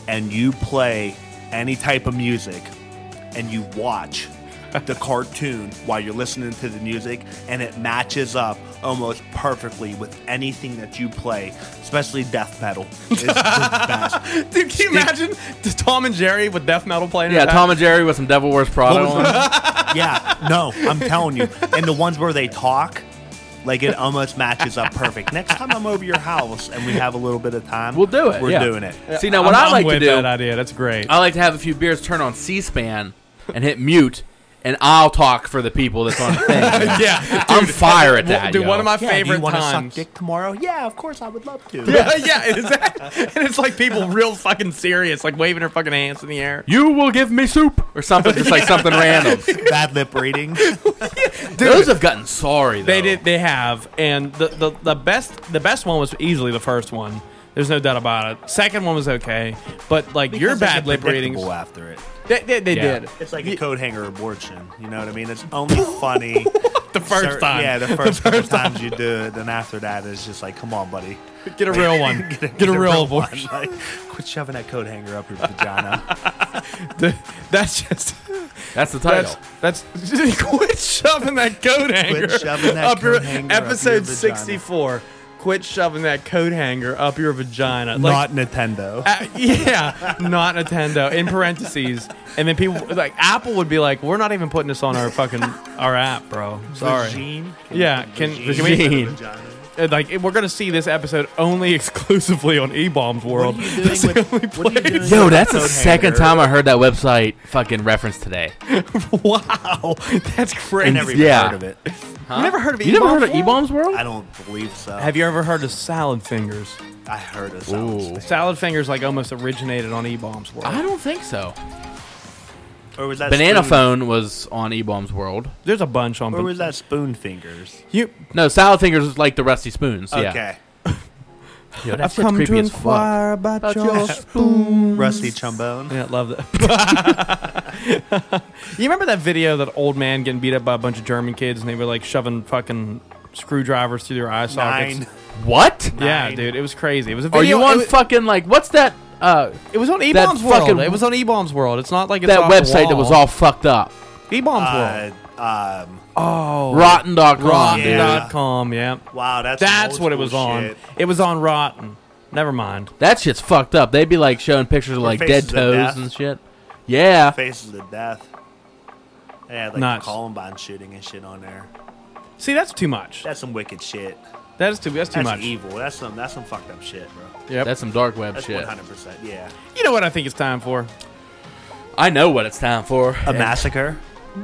S3: and you play any type of music and you watch the cartoon while you're listening to the music, and it matches up almost perfectly with anything that you play, especially death metal. It's the best.
S1: Dude, can you imagine the Tom and Jerry with death metal playing? in
S2: Yeah,
S1: the
S2: Tom and Jerry with some Devil Wears Prada on.
S3: Yeah, no, I'm telling you. And the ones where they talk, like it almost matches up perfect. Next time I'm over your house and we have a little bit of time,
S2: We'll do it.
S3: We're
S2: yeah.
S3: doing it.
S2: See, now what
S1: I'm,
S2: i
S1: I'm
S2: like to
S1: with
S2: do,
S1: That idea. That's great.
S2: I like to have a few beers, turn on C-SPAN, and hit mute, and I'll talk for the people that's on the thing.
S1: yeah,
S2: I'm fire at
S1: Well,
S2: that,
S1: dude.
S2: yo.
S1: One of my
S3: Yeah, do
S1: favorite
S3: you want to suck
S1: times.
S3: dick tomorrow? Yeah, of course I would love to.
S1: yeah, yeah, exactly. and it's like people real fucking serious, like waving their fucking hands in the air.
S2: You will give me soup or something, just like something random.
S3: Bad lip reading.
S2: Those have gotten sorry. Though.
S1: They did. They have, and the, the the best the best one was easily the first one. There's no doubt about it. Second one was okay, but like your
S3: Because there's
S1: bad
S3: a
S1: lip
S3: predictable
S1: readings,
S3: after it.
S1: they, they, they
S2: Yeah.
S1: did
S3: It's like a code hanger abortion. You know what I mean? It's only funny
S1: the first
S3: cer-
S1: time.
S3: Yeah, the first couple times you do it. Then after that, it's just like, come on, buddy.
S1: Get a real one. get, a, real,
S3: one.
S1: abortion.
S3: Like, quit shoving that coat hanger up your vagina.
S1: That's just.
S2: That's the title.
S1: That's that's quit shoving that coat hanger
S3: shoving that
S1: up your
S3: coat hanger up your
S1: episode
S3: vagina.
S1: sixty four. Quit shoving that coat hanger up your vagina.
S3: Not Nintendo.
S1: Uh, yeah, not Nintendo in parentheses, and then people like Apple would be like, "We're not even putting this on our fucking our app, bro. Sorry."
S3: Vagine?
S1: Yeah, can, can we-
S2: Vagine.
S1: uh, like we're gonna see this episode only exclusively on E Bombs World.
S3: What are you doing
S1: That's
S3: with-
S1: the only
S3: what are you
S1: place.
S3: doing?
S2: Yo, that's the
S3: Coat
S2: second
S3: hanger.
S2: time I heard that website fucking reference today.
S1: Wow, that's
S3: I
S1: crazy.
S3: never even
S2: Yeah.
S3: heard of it.
S1: You never heard of
S2: You never heard of
S1: E
S2: E-Bombs World?
S3: I don't believe so.
S1: Have you ever heard of Salad Fingers?
S3: I heard of Ooh.
S1: Salad Fingers like almost originated on E Bombs World.
S2: I don't think so.
S3: Or was that
S2: Banana
S3: spoon,
S2: Phone was on E-Bombs World.
S1: There's a bunch on.
S3: Or was that Spoon Fingers?
S1: you,
S2: No, Salad Fingers was like the Rusty Spoons. Yeah.
S3: Okay.
S2: Yo, that shit's creepy as fuck.
S1: about,
S2: your
S1: spoon.
S3: Rusty Trombone.
S1: Yeah, love that. you remember that video that old man getting beat up by a bunch of German kids and they were like shoving fucking screwdrivers through their eye sockets?
S3: Nine.
S2: What?
S1: Yeah,
S3: Nine.
S1: dude, it was crazy. It was a
S2: Are
S1: video.
S2: you on
S1: It, wa-
S2: fucking like what's that? Uh,
S1: it was on E Bombs World.
S2: fucking-
S1: it was on E Bombs World. It's not like it's
S2: that
S1: off the
S2: website that was
S1: wall.
S2: all fucked up.
S1: E Bombs
S3: Uh,
S1: World.
S3: um,
S1: Oh,
S2: Rotten.com.
S1: Rotten.com.
S2: dude.
S3: Yeah.
S1: dot com. Yeah,
S3: wow, that's
S1: that's
S3: some
S1: what it
S3: old
S1: was
S3: school
S1: on.
S3: shit.
S1: It was on Rotten. Never mind.
S2: That shit's fucked up. They'd be like showing pictures of like dead
S3: faces of
S2: toes
S3: death.
S2: and shit. Yeah.
S3: Faces of Death. They had like
S1: Nuts.
S3: Columbine shooting and shit on there.
S1: See, that's too much.
S3: That's some wicked shit.
S1: That is too. That's too
S3: That's
S1: much.
S3: evil. That's some. That's some fucked up shit, bro.
S1: Yep.
S2: That's some dark web
S3: That's
S2: shit.
S3: one hundred percent. Yeah.
S1: you know what I think it's time for?
S2: I know what it's time for.
S3: A massacre.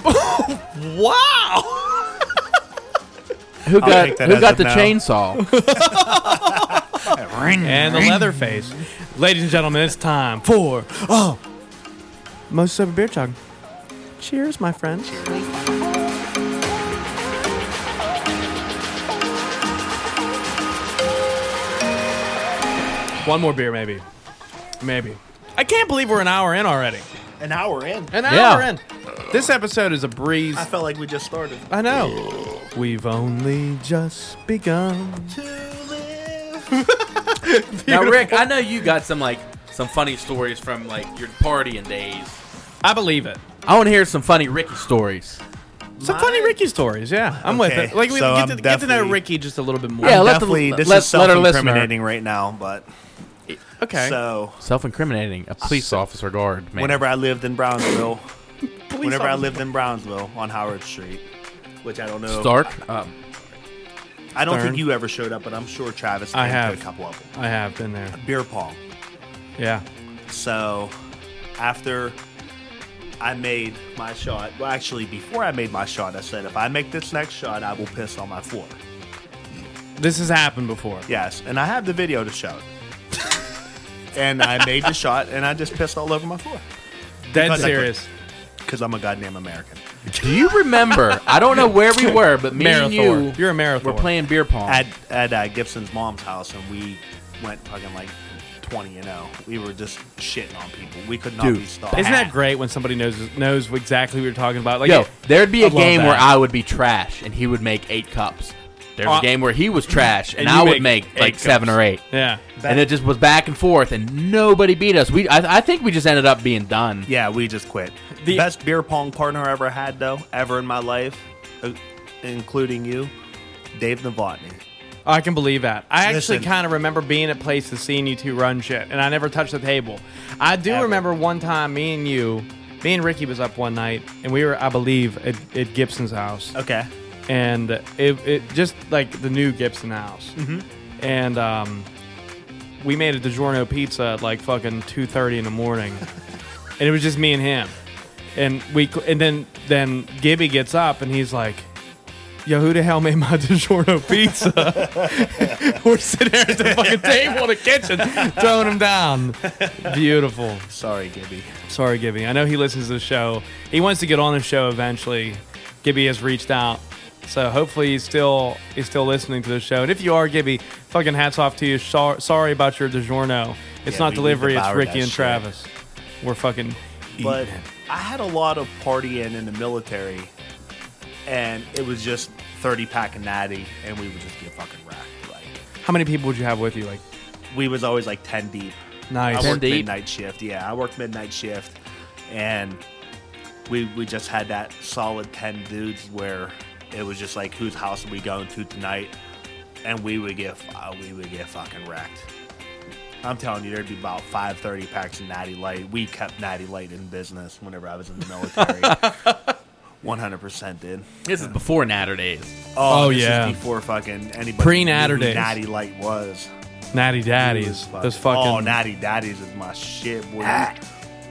S1: Wow.
S2: Who got
S3: take that
S2: who
S3: as
S2: got
S3: a
S2: the
S3: no.
S2: chainsaw?
S1: and the leather face. Ladies and gentlemen, it's time for oh, most sober beer chug. Cheers, my friend. One more beer, maybe. Maybe. I can't believe we're an hour in already.
S3: An hour in.
S1: An
S2: Yeah.
S1: hour in. This episode is a breeze.
S3: I felt like we just started.
S1: I know. We've only just begun.
S2: now, Rick, I know you got some like some funny stories from like your partying days.
S1: I believe it.
S2: I want to hear some funny Ricky stories.
S1: Some funny Ricky stories, yeah. I'm
S3: Okay,
S1: with it. Like we
S3: so
S1: get,
S3: I'm
S1: to, get to know
S3: definitely-
S1: Ricky just a little bit more.
S2: Yeah, let the-
S3: Definitely, this
S2: let-
S3: is
S2: let our listener-
S3: self-incriminating right now, but
S1: okay.
S3: so
S2: Self-incriminating, a police officer guard. Man.
S3: whenever I lived in Brownsville,
S1: Please
S3: whenever I
S1: officer.
S3: lived in Brownsville on Howard Street, which I don't know.
S2: Stark. Um,
S3: I don't
S1: Stern.
S3: think you ever showed up, but I'm sure Travis
S1: I
S3: came
S1: have.
S3: to a couple of them.
S1: I have been there.
S3: Beer pong.
S1: Yeah.
S3: So after I made my shot, well, actually, before I made my shot, I said, if I make this next shot, I will piss on my floor.
S1: This has happened before.
S3: Yes, and I have the video to show. it. and I made the shot, and I just pissed all over my floor
S1: Dead
S3: Because I
S1: serious.
S3: because I'm a goddamn American.
S2: do you remember? I don't know where we were, but me and you
S1: Marathon. You're a marathon.
S2: were playing beer
S1: Oh.
S2: pong.
S3: At at uh, Gibson's mom's house, and we went fucking like twenty and zero. We were just shitting on people. We could not
S2: Dude,
S3: be stopped.
S1: Isn't that great when somebody knows knows exactly what you're talking about? Like,
S2: Yo, there'd be
S1: I
S2: a
S1: love
S2: game
S1: that.
S2: where I would be trash and he would make eight cups. There's
S1: Uh,
S2: a game where he was trash and,
S1: and
S2: I
S1: you
S2: would
S1: make
S2: make
S1: eight
S2: like seven
S1: cups.
S2: or eight.
S1: yeah.
S2: And it just was back and forth, and nobody beat us. We, I, I think we just ended up being done.
S3: Yeah, we just quit.
S1: The-
S3: The best beer pong partner I ever had, though, ever in my life, uh, including you, Dave Novotny.
S1: Oh, I can believe that. I actually
S3: Listen.
S1: kind of remember being at places seeing you two run shit, and I never touched the table. I do
S3: Ever.
S1: remember one time, me and you, me and Ricky was up one night, and we were, I believe, at, at Gibson's house.
S3: Okay.
S1: and it, it just like the new Gibson house. Mm-hmm. And um, we made a DiGiorno pizza at like fucking two thirty in the morning, and it was just me and him. And we cl- and then then Gibby gets up and he's like. Yo, who the hell made my DiGiorno pizza? We're sitting there at the fucking table in the kitchen, throwing him down. Beautiful.
S3: Sorry, Gibby.
S1: Sorry, Gibby. I know he listens to the show. He wants to get on the show eventually. Gibby has reached out. So hopefully he's still he's still listening to the show. And if you are Gibby, fucking hats off to you. Sor- Sorry about your DiGiorno. It's
S3: Yeah,
S1: not
S3: we- we
S1: delivery, it's
S3: devoured
S1: Ricky
S3: that
S1: and
S3: shit.
S1: Travis. We're fucking
S3: But I had a lot of partying in the military, and it was just 30 pack of natty, and we would just get fucking racked. Like,
S1: How many people would you have with you? Like
S3: we was always like 10 deep.
S1: nice.
S3: I
S2: 10
S3: worked
S2: deep?
S3: midnight shift. Yeah, I worked midnight shift, and we we just had that solid ten dudes where it was just like whose house are we going to tonight, and we would get uh, we would get fucking wrecked. I'm telling you, there'd be about five thirty packs of Natty Light. We kept Natty Light in business whenever I was in the military. One hundred percent did.
S2: This is before Natter days.
S3: Oh,
S1: Oh,
S3: this is
S1: yeah.
S3: before fucking anybody
S1: Pre-Natter
S3: knew who
S1: days.
S3: Natty Light was.
S1: Natty
S3: Those
S1: Daddies.
S3: fucking-
S1: Those fucking
S3: Oh, Natty Daddies is my shit, boy.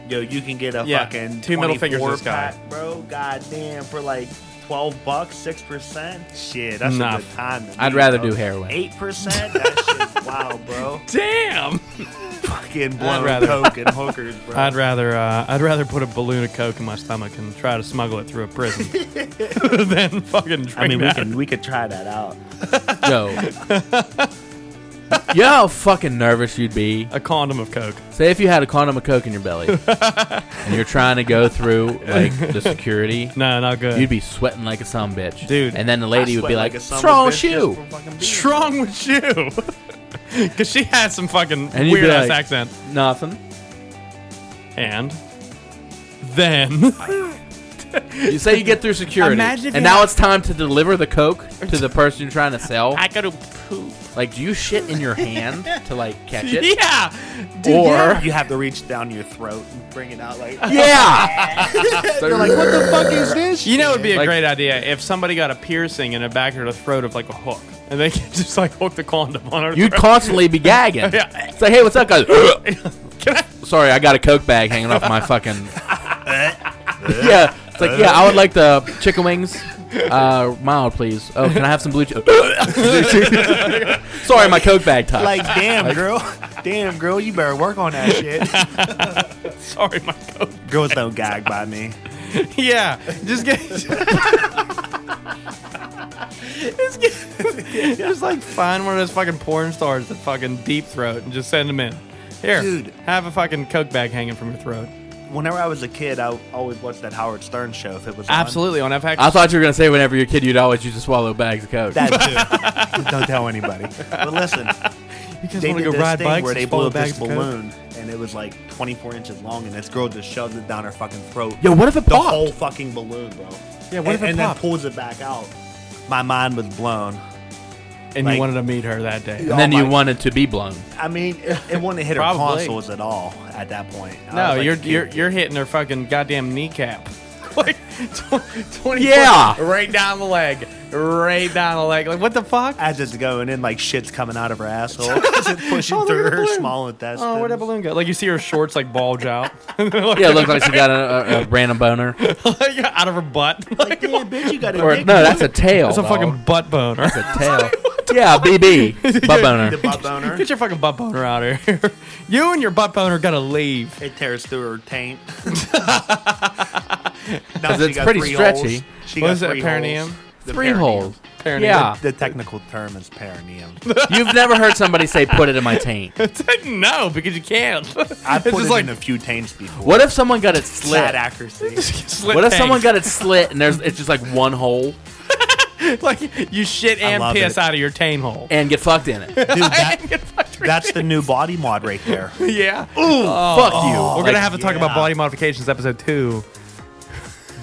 S3: Yo, you can get a
S1: Yeah,
S3: fucking
S1: two middle fingers to
S3: 24
S1: the sky.
S3: pack, bro. Goddamn, for like twelve bucks, six percent. Shit, that's
S1: Nah.
S3: a good time. to
S2: I'd
S3: me,
S2: rather
S3: bro.
S2: do heroin.
S3: Eight percent. That shit's wild, bro.
S1: Damn.
S3: Fucking blown
S1: rather-
S3: coke and hookers, bro.
S1: I'd rather uh, I'd rather put a balloon of coke in my stomach and try to smuggle it through a prison than fucking drink
S3: I mean, we
S1: that.
S3: can we could try that out.
S2: Yo. you know how fucking nervous you'd be?
S1: a condom of coke.
S2: Say if you had a condom of Coke in your belly and you're trying to go through like the security,
S1: No, not good.
S2: you'd be sweating like a some bitch.
S1: Dude,
S2: And then the
S3: I
S2: lady would
S3: sweat
S2: be like,
S3: a son
S2: What's
S3: of
S2: wrong
S3: a
S2: with
S3: bitch just
S2: you?
S3: for fucking being
S1: What's wrong with you? Because she had some fucking
S2: And you'd be
S1: weird ass
S2: like-
S1: accent.
S2: Nothing.
S1: And then
S2: You say you get through security,
S4: Imagine if
S2: and
S4: you
S2: now
S4: had-
S2: it's time to deliver the coke to the person you're trying to sell.
S4: I gotta poop.
S2: like, do you shit in your hand to like catch it?
S4: Yeah. Dude,
S2: Or-
S4: yeah.
S3: You have to reach down your throat and bring it out like.
S2: Yeah.
S3: They're like, what the fuck is this?
S1: You know, it'd be a
S2: Like-
S1: great idea if somebody got a piercing in the back of the throat of like a hook, and they could just like hook the condom on her.
S2: You'd
S1: throat.
S2: constantly be gagging.
S1: Yeah.
S2: Say, hey, what's up, guys? Sorry, I got a coke bag hanging off my fucking. yeah, it's like yeah, I would like the chicken wings, uh, mild, please. Oh, can I have some blue? Che- Sorry, my coke bag top.
S3: Like, damn, girl. Damn, girl, you better work on that shit.
S1: Sorry, my coat.
S3: Girls don't gag by me.
S1: Yeah, just get. Just get- just like find one of those fucking porn stars that fucking deep throat and just send them in. Here,
S3: Dude.
S1: have a fucking coke bag hanging from your throat.
S3: Whenever I was a kid, I always watched that Howard Stern show if it was on.
S1: Absolutely on FX.
S2: I thought you were gonna say whenever you're a kid, you'd always use to swallow bags of coke.
S3: That too. Don't tell anybody. But
S1: you
S3: listen,
S1: guys
S3: they
S1: want to
S3: did
S1: go
S3: this
S1: ride
S3: thing
S1: bikes
S3: where they
S1: and
S3: blew
S1: swallow
S3: up
S1: bags
S3: this
S1: of coke.
S3: balloon, and it was like 24 inches long, and this girl just shoved it down her fucking throat.
S2: Yo, what if it
S3: the
S2: popped?
S3: whole fucking balloon, bro?
S1: Yeah, what
S3: and,
S1: if it
S3: and
S1: popped?
S3: then pulls it back out. My mind was blown.
S1: And you
S3: Like-
S1: wanted to meet her that day.
S2: and then
S3: Oh
S2: you
S3: my-
S2: wanted to be blown.
S3: I mean, it, it wouldn't hit her
S1: Probably.
S3: consoles at all at that point. I
S1: No,
S3: was like,
S1: you're
S3: dude,
S1: you're you're hitting her fucking goddamn kneecap. like tw- twenty.
S2: Yeah.
S1: foot, right down the leg, right down the leg. Like what the fuck?
S3: As it's going in, like shit's coming out of her asshole. 'Cause it's pushing
S1: Oh, look at
S3: through
S1: the
S3: her
S1: balloon.
S3: small intestines.
S1: Oh, where'd that balloon go? Like you see her shorts like bulge out, like,
S2: Yeah, it looked like she got a, a, a random boner.
S1: out of her butt. Like,
S3: Yeah, bitch, you got a
S2: Or no,
S3: dick.
S2: that's a tail.
S1: that's a
S2: dog.
S1: fucking butt boner.
S2: a tail. yeah, BB, butt boner.
S3: The butt boner.
S1: Get your fucking butt boner out of here. you and your butt boner gotta leave.
S3: It tears through her taint. now she
S2: it's
S3: got
S2: pretty
S3: three
S2: stretchy.
S3: Holes. She
S1: What
S3: got
S1: is it,
S3: three
S1: perineum? Ah.
S3: Holes. The
S2: Three
S3: perineum.
S2: holes.
S1: Apparently.
S2: Yeah.
S3: The technical term is perineum.
S2: You've never heard somebody say, put it in my taint.
S1: no, because you can't.
S3: I've
S1: It's
S3: put
S1: just
S3: it
S1: like-
S3: in a few taints before.
S2: What if someone got it
S3: Flat
S2: slit?
S3: accuracy.
S1: Slit
S2: What if
S1: tank.
S2: someone got it slit and there's it's just like one hole
S1: like you shit and
S3: love
S1: piss
S3: it.
S1: out of your tane hole?
S2: and get fucked in it?
S3: Dude, that, that's the new body mod right there.
S1: Yeah.
S2: Fuck you.
S1: Oh, We're
S2: Like,
S1: gonna have to talk about
S3: yeah.
S1: body modifications, episode two.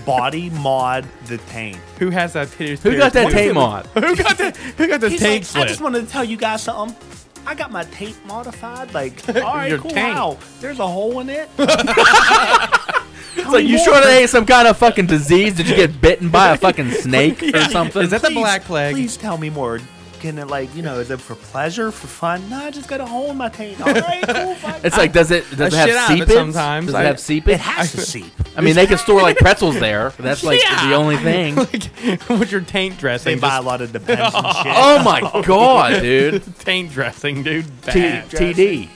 S3: Body mod the taint.
S1: Who has that? Who
S2: who got that taint on?
S1: Who got that? Who got the
S3: He's
S1: taint
S3: like,
S1: slit?
S3: I just wanted to tell you guys something. I got my taint modified. Like, all right,
S1: Your
S3: cool.
S1: taint.
S3: Wow, there's a hole in it.
S2: It's like you sure that ain't some kind of fucking disease? Did you get bitten by a fucking snake or something?
S1: Is that the black plague?
S3: Please tell me more. Can it like you know? Is it for pleasure, for fun? No, I just got a hole in my taint. All right, cool. Fine.
S2: It's like does it does it
S1: I shit
S2: have
S1: out of it
S2: seepage?
S1: sometimes.
S2: Does
S1: I-
S2: it have
S3: it
S2: seepage?
S3: has to seep.
S2: I mean, they can store like pretzels there. That's like
S1: Yeah.
S2: the only thing.
S1: like, with your taint
S3: They
S1: dressing,
S3: buy a
S1: just
S3: lot of depends and shit.
S2: Oh my god, dude!
S1: taint dressing, dude.
S2: T-
S1: Bad.
S2: TD,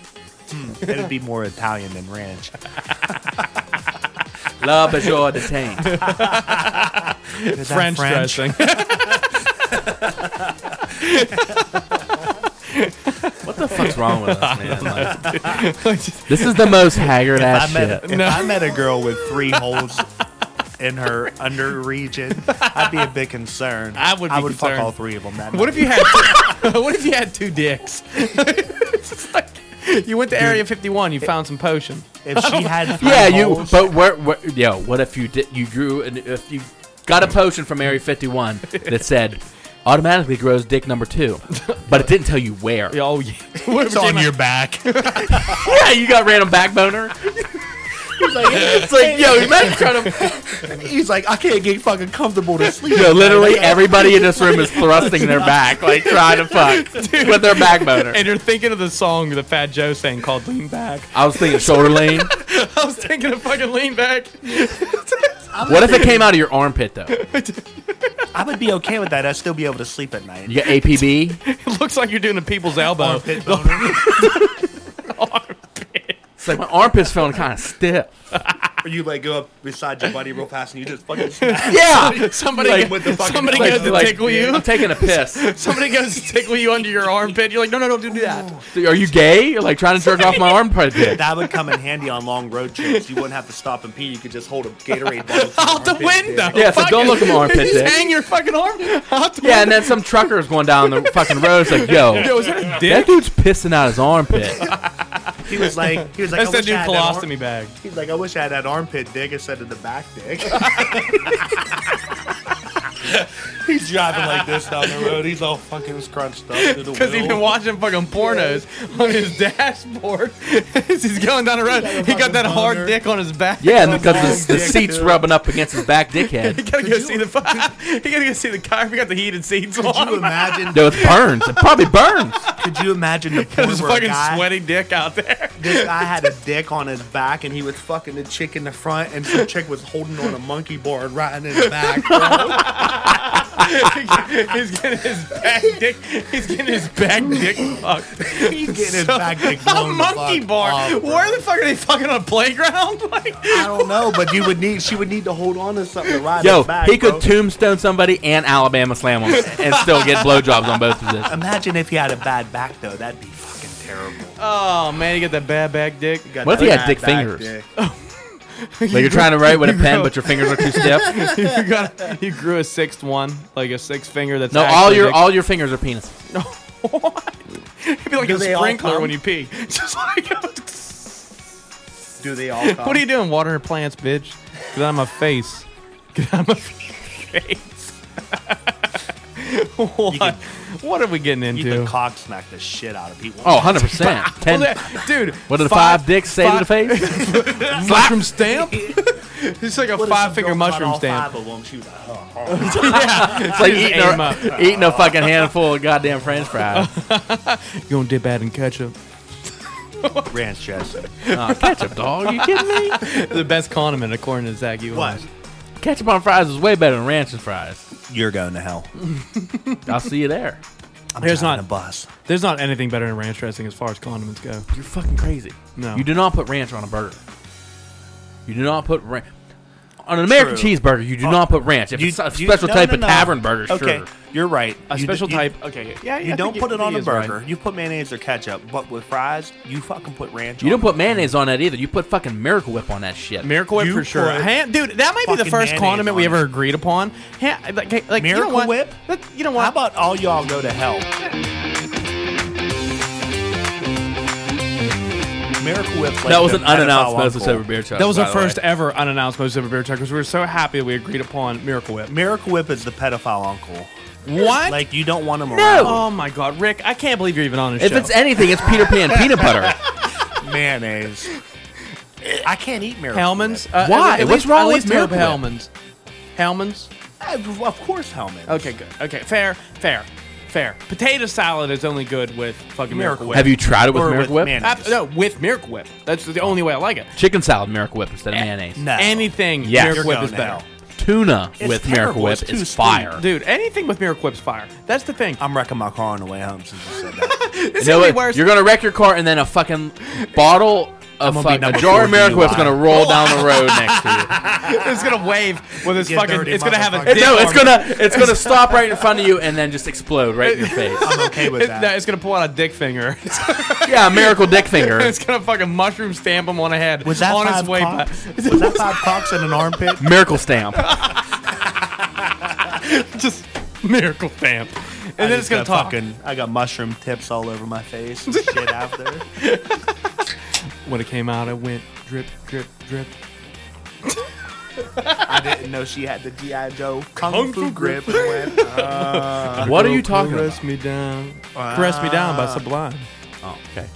S3: It'd be more Italian than ranch.
S2: love is your taint.
S3: Is that
S1: French, dressing.
S2: What the fuck's wrong with us, man? Like, this is the most haggard ass
S3: I met,
S2: shit.
S3: if I met a girl with three holes in her under region, I'd be a bit concerned.
S1: I would be
S3: I would
S1: concerned.
S3: fuck all three of them. That
S1: what if you had? Two, what if you had two dicks? It's just like, you went to Area 51. You found some potion.
S3: if she had three
S2: Yeah, you.
S3: holes,
S2: But where, where? Yo, what if you did? You grew and if you got a potion from Area 51 that said automatically grows dick number two, but it didn't tell you where.
S1: Yeah, Oh yeah. What if it came out-
S3: back.
S2: Yeah, you got random back boner. It's like, it's like, yo, imagine trying to.
S3: He's like, I can't get fucking comfortable to sleep.
S2: Yo, literally everybody in this room is thrusting their back, like trying to fuck with their back boner.
S1: And you're thinking of the song that Fat Joe sang called "Lean Back."
S2: I was thinking shoulder lean.
S1: I was thinking of fucking "Lean Back."
S2: What if it came out of your armpit though?
S3: I would be okay with that. I'd still be able to sleep at night.
S2: You got APB.
S1: It looks like you're doing a people's elbow.
S3: Armpit boner.
S2: It's like my armpit's feeling kind of stiff.
S3: Or you like go up beside your buddy real fast and you just fucking smack.
S2: Yeah.
S1: Somebody,
S2: Like,
S3: with the fucking
S1: somebody
S3: elbow.
S1: goes to
S2: Like,
S1: tickle you.
S2: I'm taking a piss.
S1: Somebody goes to tickle you under your armpit. You're like, no, no, don't do that.
S2: Are you gay? You're like trying to jerk off my armpit. dick.
S3: That would come in handy on long road trips. You wouldn't have to stop and pee. You could just hold a Gatorade bottle. to your
S1: Out the
S3: armpit.
S1: window.
S2: Yeah, so don't look at my armpit.
S1: Just
S2: Dick.
S1: hang your fucking arm out the
S2: Yeah, and then some trucker's going down the fucking road. It's like, yo,
S1: window. Is that a
S2: that
S1: dick?
S2: dude's pissing out his armpit.
S3: He was like, he was like,
S1: That's
S3: I
S1: the
S3: wish
S1: new
S3: I had that
S1: colostomy
S3: arm-
S1: bag.
S3: He's like, I wish I had that armpit dick instead of the back dick. he's driving like this down the road. He's all fucking scrunched up through the
S1: Because he's been
S3: wheel.
S1: watching fucking pornos on his dashboard as he's going down the road. He got that hard
S3: boner.
S1: dick on his back.
S2: Yeah, and because the, the
S3: dick,
S2: seat's
S3: too.
S2: rubbing up against his back
S1: He
S2: dickhead.
S1: gotta go see the fu- he gotta go see the car. We got the heated seats
S3: Could you
S1: on.
S3: imagine?
S2: No, it burns. It probably burns.
S3: Could you imagine the porn
S1: This
S3: where a
S1: fucking
S3: guy,
S1: sweaty dick out there.
S3: This guy had a dick on his back, and he was fucking the chick in the front, and some chick was holding on a monkey bar and riding his back. Bro.
S1: he's getting his back dick. He's getting his back dick fucked.
S3: He's getting his back dick
S1: A
S3: blown the
S1: monkey
S3: fuck
S1: bar.
S3: off, bro.
S1: Where the fuck are they fucking on a playground? Like,
S3: I don't know, but you would need she would need to hold on to something to ride
S2: Yo,
S3: his back.
S2: he could
S3: bro.
S2: tombstone somebody and Alabama slam him and still get blowjobs on both of this.
S3: Imagine if he had a bad back though. That'd be fucking terrible.
S1: oh man, you got that bad back dick.
S3: Got
S2: What if
S3: that
S2: he had
S3: bad
S2: dick
S3: back
S2: fingers?
S3: dick.
S2: Like you're trying to write with a pen, but your fingers are too stiff.
S1: you got you grew a sixth one, like a sixth finger. That's
S2: No,
S1: actually
S2: all your
S1: dick-
S2: all your fingers are penises.
S1: It'd be like
S3: Do
S1: a
S3: they all
S1: sprinkler
S3: come?
S1: when you pee. Just like,
S3: Do they all? Come?
S1: what are you doing, watering plants, bitch? Get out of my face. Get out of my face. what? What are we getting into?
S3: You could cock smack the shit out of people.
S2: Oh, 100 percent.
S1: Well,
S2: Ten.
S1: that- dude,
S2: What do the five, dicks say to the face?
S1: Mushroom stamp? it's like a
S3: What if some
S1: five finger
S3: girl caught
S1: mushroom
S3: all
S1: stamp.
S3: Five of them. She was like, oh,
S2: It's like
S1: Just
S2: eating
S1: aim up.
S2: a, eating a fucking handful of goddamn French fries.
S1: You gonna dip out in ketchup?
S3: ranch dressing.
S2: Oh, ketchup, dog. you kidding me?
S1: the best condiment, according to Zach. You
S3: What?
S2: Ketchup on fries is way better than ranch and fries.
S3: You're going to hell.
S2: I'll see you there.
S3: I'm
S1: There's
S3: driving
S1: not-
S3: a bus.
S1: There's not anything better than ranch dressing as far as condiments go.
S2: You're fucking crazy.
S1: No.
S2: You do not put ranch on a burger. You do not put ranch. On an American
S3: True.
S2: cheeseburger, you do not put ranch. If
S3: You-
S2: it's a
S3: you-
S2: special
S3: no,
S2: type
S3: no,
S2: of
S3: no.
S2: tavern burger,
S3: Okay,
S2: sure.
S3: you're right.
S1: A
S3: You d-
S1: special
S3: you-
S1: type. Okay. Yeah. yeah,
S3: You
S1: I
S3: don't
S1: think
S3: put it on
S1: he
S3: a
S1: is right.
S3: burger. You put mayonnaise or ketchup, but with fries, you fucking put ranch.
S2: You don't
S3: on
S2: put mayonnaise on that either. You put fucking Miracle Whip on that shit.
S1: Miracle Whip
S3: You
S1: for sure.
S3: put
S1: Ha- dude, that might be the
S3: fucking
S1: first
S3: mayonnaise
S1: condiment we
S3: on
S1: ever
S3: it.
S1: agreed upon. Ha- like, like, like, you
S3: Miracle
S1: know what?
S3: Whip?
S1: That- you know
S3: it. How
S1: what?
S3: about all y'all go to hell? Miracle Whip.
S2: that was an unannounced Moses Sober Beer Chuck.
S1: that was
S2: by
S1: our
S2: the way.
S1: first ever unannounced Moses Over Beer Check because we were so happy that we agreed upon Miracle Whip.
S3: Miracle Whip is the pedophile uncle.
S1: What?
S3: Like you don't want him around.
S1: oh my God, Rick! I can't believe you're even on this
S2: If
S1: show.
S2: it's anything, it's Peter Pan peanut butter.
S3: Mayonnaise. I can't eat Miracle
S1: Hellman's,
S3: Whip.
S1: uh,
S2: Why?
S1: at- at
S2: What's
S1: least-
S2: wrong
S1: at
S2: with
S1: least hope
S2: Miracle Whip?
S1: Hellman's? Hellman's.
S3: Uh, of course, Hellman's.
S1: Okay, good. Okay, fair, fair, fair. Potato salad is only good with fucking Miracle,
S3: Miracle
S1: Whip.
S2: Have you tried it with
S3: Or
S2: Miracle Whip?
S3: mayonnaise.
S1: Ab- no, with Miracle Whip. That's the only way I like it.
S2: Chicken salad Miracle Whip instead of mayonnaise.
S3: Eh, No.
S1: Anything
S2: Yes.
S1: Miracle
S3: You're
S1: Whip is
S3: going to
S1: better.
S3: hell.
S2: Tuna
S3: It's
S2: with
S3: terrible.
S2: Miracle Whip
S3: It's too
S2: is
S3: sweet.
S2: fire.
S1: Dude, anything with Miracle Whip's fire. That's the thing.
S3: I'm wrecking my car on the way home since you said that.
S1: It's
S2: You know
S1: gonna
S2: what?
S1: be worse.
S2: You're gonna wreck your car, and then a fucking bottle of
S3: gonna be
S2: fucking, a
S3: number
S2: jar
S3: four
S2: of Miracle Whip's
S3: DUI.
S2: gonna roll down the road next to
S1: it's gonna wave with its
S3: You
S1: fucking.
S3: dirty
S1: It's gonna have a.
S3: motherfucker.
S1: dick
S2: you. no, it's
S1: arm.
S2: gonna it's gonna stop right in front of you, and then just explode right in your face.
S3: I'm okay with
S1: It,
S3: that.
S1: no, it's gonna pull out a dick finger.
S2: Yeah, a Miracle Dick Finger,
S1: it's gonna fucking mushroom stamp him on the head.
S3: was that
S1: on
S3: five
S1: its way back.
S3: cocks? Was that five cocks in an armpit?
S2: Miracle Stamp.
S1: Just miracle stamp. And
S3: I
S1: then
S3: just
S1: it's gonna
S3: got
S1: talk.
S3: Fucking, I got mushroom tips all over my face and shit after.
S1: When it came out, it went drip, drip, drip.
S3: I didn't know she had the GI Joe kung,
S1: Kung
S3: fu
S1: fu
S3: grip. and went, uh,
S2: What are
S1: Girl,
S2: you talking
S1: caress
S2: about?
S1: me down. Caress me down by Sublime.
S2: Oh, okay.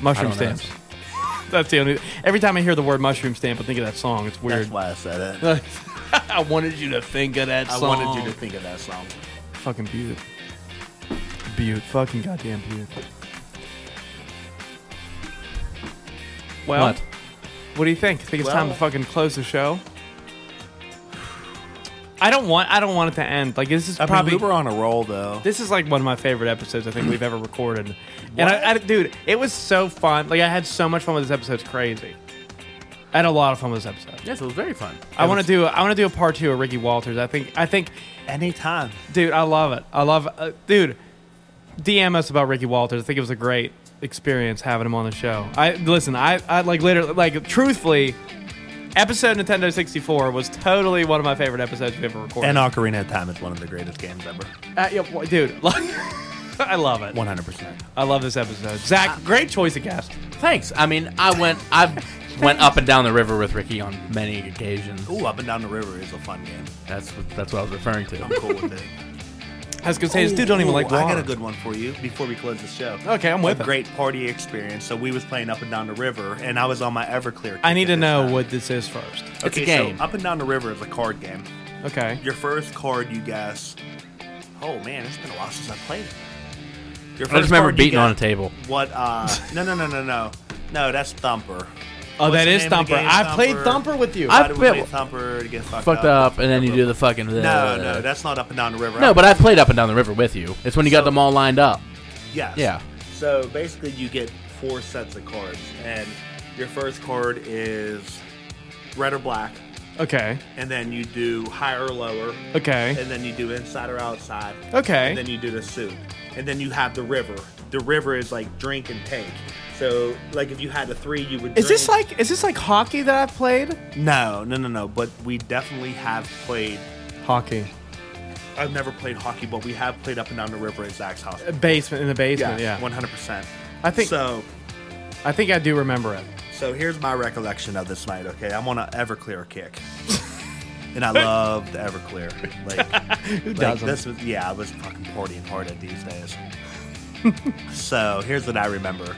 S1: Mushroom
S2: I don't know.
S1: stamps. That's the only. Every time I hear the word mushroom stamp, I think of that song. It's
S3: that's
S1: weird.
S3: why I said it.
S1: I wanted you to think of that
S3: I
S1: song.
S3: wanted you to think of that song.
S1: Fucking Butte. Butte. Fucking goddamn Butte. Well,
S2: What?
S1: what, do you think? Think it's time to
S3: Well-
S1: fucking close the show? I don't want. I don't want it to end. Like this is
S3: I
S1: probably.
S3: mean, we were on a roll though.
S1: this is like one of my favorite episodes I think we've ever recorded. And I, I, dude, it was so fun. Like I had so much fun with this episode. It's crazy. I had a lot of fun with this episode.
S2: Yes, it was very fun.
S1: I want to do. I want to do a part two of Ricky Walters. I think. I think
S3: Anytime.
S1: dude i love it i love uh, dude dm us about ricky walters i think it was a great experience having him on the show i listen i, I like literally like truthfully episode nintendo 64 was totally one of my favorite episodes we've ever recorded
S3: And Ocarina of Time is one of the greatest games ever.
S1: uh, yeah, boy, dude like, I love it.
S2: One hundred percent.
S1: I love this episode. Zach, great choice of cast.
S2: Thanks. I mean, I went. I went up and down the river with Ricky on many occasions.
S3: Ooh, up and down the river is a fun game.
S2: That's what- that's what I was referring to.
S3: I'm cool with it.
S1: I was gonna say this dude don't even
S3: Ooh,
S1: like water.
S3: I got a good one for you before we close the show.
S1: Okay, I'm with
S3: a
S1: it.
S3: great party experience. So we was playing up and down the river, and I was on my Everclear.
S1: I need
S3: kick at
S1: to
S3: this
S1: know
S3: time.
S1: what this is first.
S2: It's a
S3: Okay,
S2: game.
S3: So up and down the river is a card game.
S1: Okay.
S3: Your first card, you guess. Oh man, it's been a while since I played. Your
S2: I just remember
S3: card you
S2: beating on a
S3: guess
S2: table.
S3: What? Uh, no, no, no, no, no, no. That's Thumper.
S1: Oh, that
S3: the
S1: is
S3: name of the
S1: Thumper.
S3: game,
S1: I played
S3: Thumper?
S1: Thumper with you.
S2: I-
S3: Why did we play
S2: well,
S3: Thumper to get fucked,
S2: Fucked up, and then you do the fucking.
S3: No, no, that's not up and down the river.
S2: No, but I played up and down the river with you. It's when you got them all lined up.
S3: Yes.
S2: Yeah.
S3: So basically, you get four sets of cards, and your first card is red or black,
S1: Okay.
S3: and then you do higher or lower,
S1: Okay.
S3: and then you do inside or outside,
S1: Okay.
S3: and then you do the suit, and then you have the river. The river is like drink and take. So, like, if you had a three, you would.
S1: Is this
S3: drink-
S1: like is this like hockey that I've played?
S3: No, no, no, no. But we definitely have played.
S1: Hockey.
S3: I've never played hockey, but we have played up and down the river at Zach's house.
S1: Basement in the basement, yeah.
S3: one hundred percent.
S1: I think-
S3: so.
S1: I think I do remember it.
S3: So here's my recollection of this night. Okay, I'm on an Everclear kick, and I love the Everclear. Like,
S1: Who
S3: like
S1: doesn't?
S3: this was yeah, I was fucking partying hard at these days. so here's what I remember: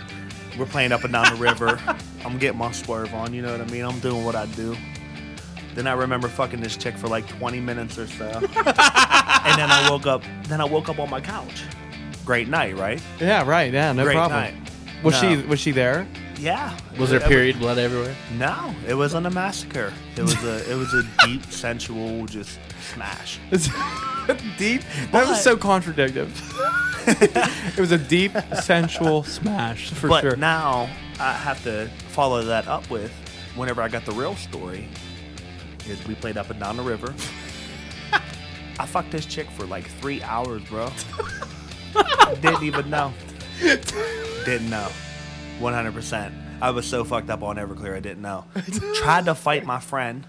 S3: we're playing up and down the river. I'm getting my swerve on. You know what I mean? I'm doing what I do. Then I remember fucking this chick for like 20 minutes or so, and then I woke up. Then I woke up on my couch. Great night, right?
S1: yeah, right. Yeah, no
S3: Great
S1: problem.
S3: night.
S1: Was
S3: No.
S1: she was she there?
S3: Yeah.
S2: Was there
S3: It- it-
S2: period blood everywhere?
S3: No, it wasn't a massacre. It was a it was a deep sensual just smash.
S1: deep. That was
S3: But-
S1: so contradictive. it was a deep sensual smash for
S3: but
S1: sure.
S3: now I have to follow that up with whenever I got the real story is we played up and down the river. I fucked this chick for like three hours, bro. Didn't even know. Didn't know. 100%. I was so fucked up on Everclear, I didn't know. Tried to fight my friend,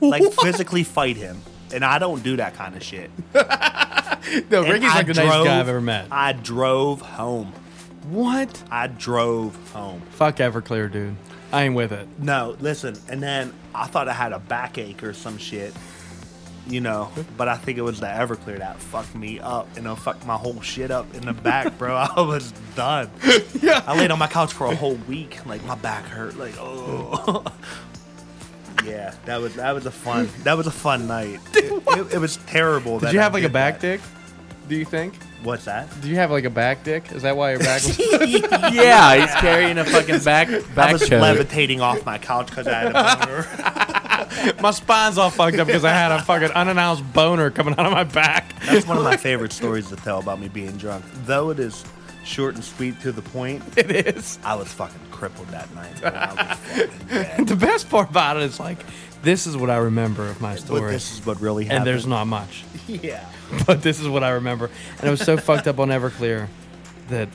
S3: like physically fight him. And I don't do that kind of shit.
S1: no,
S3: And
S1: Ricky's
S3: I
S1: like the nicest guy I've ever met.
S3: I drove home.
S1: what?
S3: I drove home.
S1: Fuck Everclear, dude. I ain't with it.
S3: No, listen. And then I thought I had a backache or some shit, you know. But I think it was the Everclear that fucked me up and it fucked my whole shit up in the back, bro. I was done. Yeah. I laid on my couch for a whole week. Like my back hurt. Like oh. yeah, that was that was a fun that was a fun night. It, it- it was terrible.
S1: Did
S3: that
S1: you
S3: I
S1: have like a
S3: did
S1: back
S3: that.
S1: dick? Do you think?
S3: What's that?
S1: Do you have like a back dick? Is that why your back was?
S2: Yeah, he's carrying a fucking back
S3: I
S2: back
S3: was
S2: choke.
S3: levitating off my couch because I had a boner.
S1: my spine's all fucked up because I had a fucking unannounced boner coming out of my back.
S3: That's one of my favorite stories to tell about me being drunk. Though it is short and sweet to the point,
S1: It is.
S3: I was fucking crippled that night. bro. I was fucking dead.
S1: The best part about it is like, this is what I remember of my
S3: But
S1: story,
S3: this is what really happened.
S1: and there's not much.
S3: yeah.
S1: but this is what I remember. And I was so fucked up on Everclear that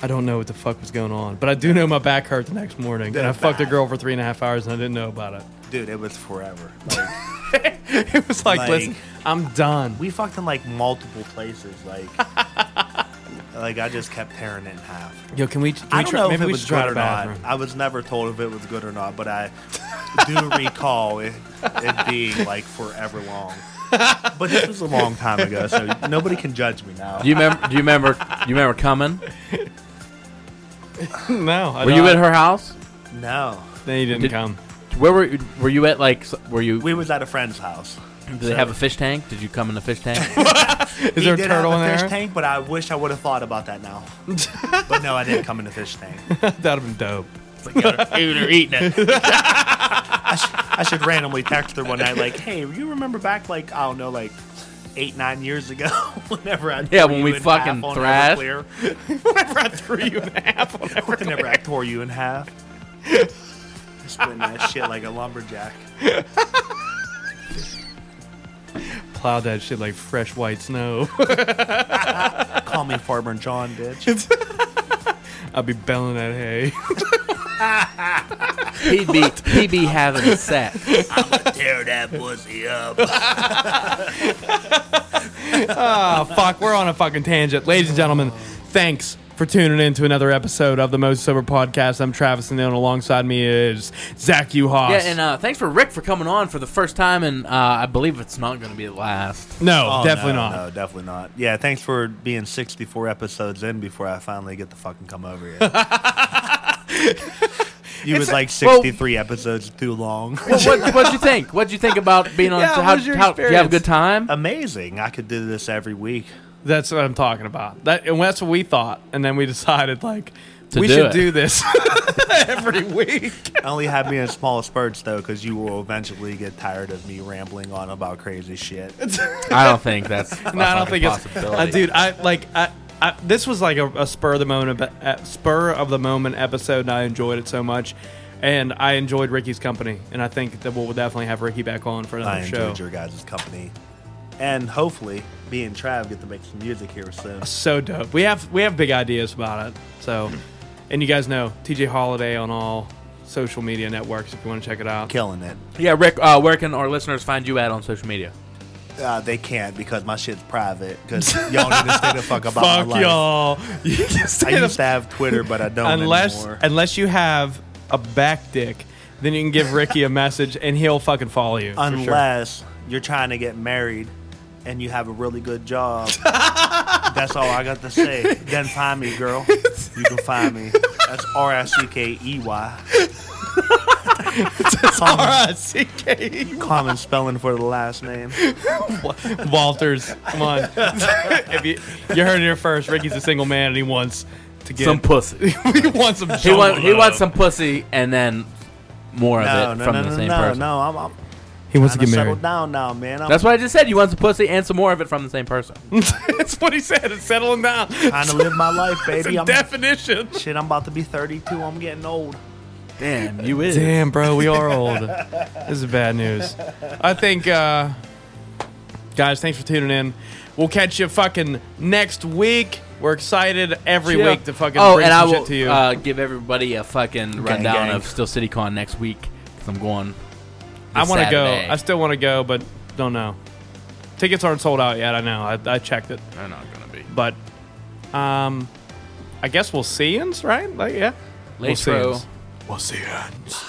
S1: I don't know what the fuck was going on. But I do know my back hurt the next morning. and I
S3: They're
S1: fucked a
S3: bad.
S1: girl for three and a half hours and I didn't know about it.
S3: Dude, it was forever. Like,
S1: It was like,
S3: Like-
S1: listen, I'm done.
S3: we fucked in like multiple places. Like, like I just kept tearing it in half.
S1: Yo, can we, can
S3: I
S1: we
S3: don't
S1: try,
S3: know if
S1: maybe
S3: it
S1: we
S3: was
S1: should try
S3: good
S1: the
S3: or not.
S1: bathroom.
S3: I was never told if it was good or not, but I do recall it, it being like forever long. But this was a long time ago, so nobody can judge me now.
S2: Do you remember? Do you remember? You remember coming?
S1: no, I
S2: Were
S1: don't.
S2: you at her house?
S3: No,
S1: No, you didn't
S2: Did-
S1: come.
S2: Where were? you- Were you at like? s- Were you?
S3: we was at a friend's house.
S2: Did they have a fish tank? Did you come in a fish tank?
S1: Is there a turtle in
S3: have a
S1: there?
S3: fish tank, but I wish I would have thought about that now. but no, I didn't come in the fish tank.
S1: That'd have been dope.
S2: They're eating it.
S3: I should randomly text her one night, like, "Hey, you remember back like I don't know, like eight nine years ago, whenever I
S2: Yeah,
S3: tore
S2: when
S3: you
S2: we
S3: in
S2: fucking
S3: half on
S2: thrashed.
S3: Everclear?
S1: Whenever I threw you in half on
S3: whenever I tore you in half, splitting that shit like a lumberjack."
S1: Plowed that shit like fresh white snow.
S3: Call me Farmer John, bitch.
S1: I'd be belling that hay.
S2: He'd be he'd be having sex.
S3: Tear that pussy up.
S1: oh, fuck. We're on a fucking tangent. Ladies and gentlemen, thanks for tuning in to another episode of the Most Sober Podcast. I'm Travis and then alongside me is Zach Uhas.
S2: Yeah, and uh, thanks for Rick for coming on for the first time, and uh, I believe it's not going to be the last.
S1: no,
S3: Oh,
S1: definitely
S3: no,
S1: not.
S3: No, definitely not. Yeah, thanks for being 64 episodes in before I finally get to fucking come over here. you was like
S2: well-
S3: 63 episodes too long.
S2: Well, what, what'd you think? What'd you think about being on?
S1: Yeah,
S2: so
S1: what
S2: how,
S1: was your
S2: how- did you have a
S1: experience?
S2: good time?
S3: Amazing. I could do this every week.
S1: That's what I'm talking about. That and that's what we thought, and then we decided like
S2: To
S1: we
S2: do
S1: should
S2: it.
S1: do this every week.
S3: only had me in small spurts though, because you will eventually get tired of me rambling on about crazy shit.
S2: I don't think that's.
S1: no, I don't think it's uh, dude. I like I, I this was like a, a spur of the moment uh, spur of the moment episode, and I enjoyed it so much. And I enjoyed Ricky's company, and I think that we'll definitely have Ricky back on for another
S3: I
S1: show.
S3: enjoyed your guys' company, and hopefully, me and Trav get to make some music here soon.
S1: so dope. We have we have big ideas about it. So, and you guys know TJ Holiday on all social media networks if you want to check it out.
S3: Killing it.
S2: Yeah, Rick. Uh, where can our listeners find you at on social media?
S3: Uh, they can't because my shit's private. Because y'all need to stay the fuck about
S1: Fuck
S3: my life.
S1: y'all. You can stay
S3: I
S1: the
S3: used to have Twitter, but I don't
S1: unless
S3: anymore.
S1: unless you have a back dick, then you can give Ricky a message and he'll fucking follow you. for sure.
S3: unless you're trying to get married and you have a really good job. That's all I got to say. Then find me, girl. You can find me. That's R I C K E Y. Common,
S2: E
S1: R.I.C.K.
S3: common spelling for the last name.
S1: Walters, come on. if you, you heard it here first, Ricky's a single man and he wants to get
S2: Some pussy.
S1: he wants some.
S2: he wants. He
S1: jungle
S2: wants
S1: love.
S2: some pussy, and then more
S3: No,
S2: of it
S3: no,
S2: from
S3: no,
S2: the
S3: no,
S2: same
S3: no,
S2: person.
S3: no. I'm, I'm
S1: He wants to
S3: trying to
S1: get
S3: settle
S1: married.
S3: down now, man. I'm
S2: That's what I just said. You want some pussy and some more of it from the same person.
S1: That's what he said. It's settling down.
S3: trying to live my life,
S1: It's
S3: baby.
S1: a
S3: I'm,
S1: definition.
S3: shit, I'm about to be 32. I'm getting old.
S2: Damn, you is.
S1: Damn, bro, we are old. this is bad news. I think, uh, guys, thanks for tuning in. We'll catch you fucking next week. We're excited every
S2: Yeah.
S1: week to fucking
S2: oh,
S1: bring
S2: and
S1: some
S2: I will
S1: shit to you.
S2: Uh, give everybody a fucking rundown
S3: gang.
S2: of Still City Con next week because I'm going.
S1: I want to go.
S2: Saturday.
S1: I still want to go, but don't know. Tickets aren't sold out yet. I know. I, I checked it,
S2: They're not gonna be.
S1: but um, I guess we'll see yous, right? Like, yeah, we'll
S2: Later.
S1: yous.
S5: We'll see you.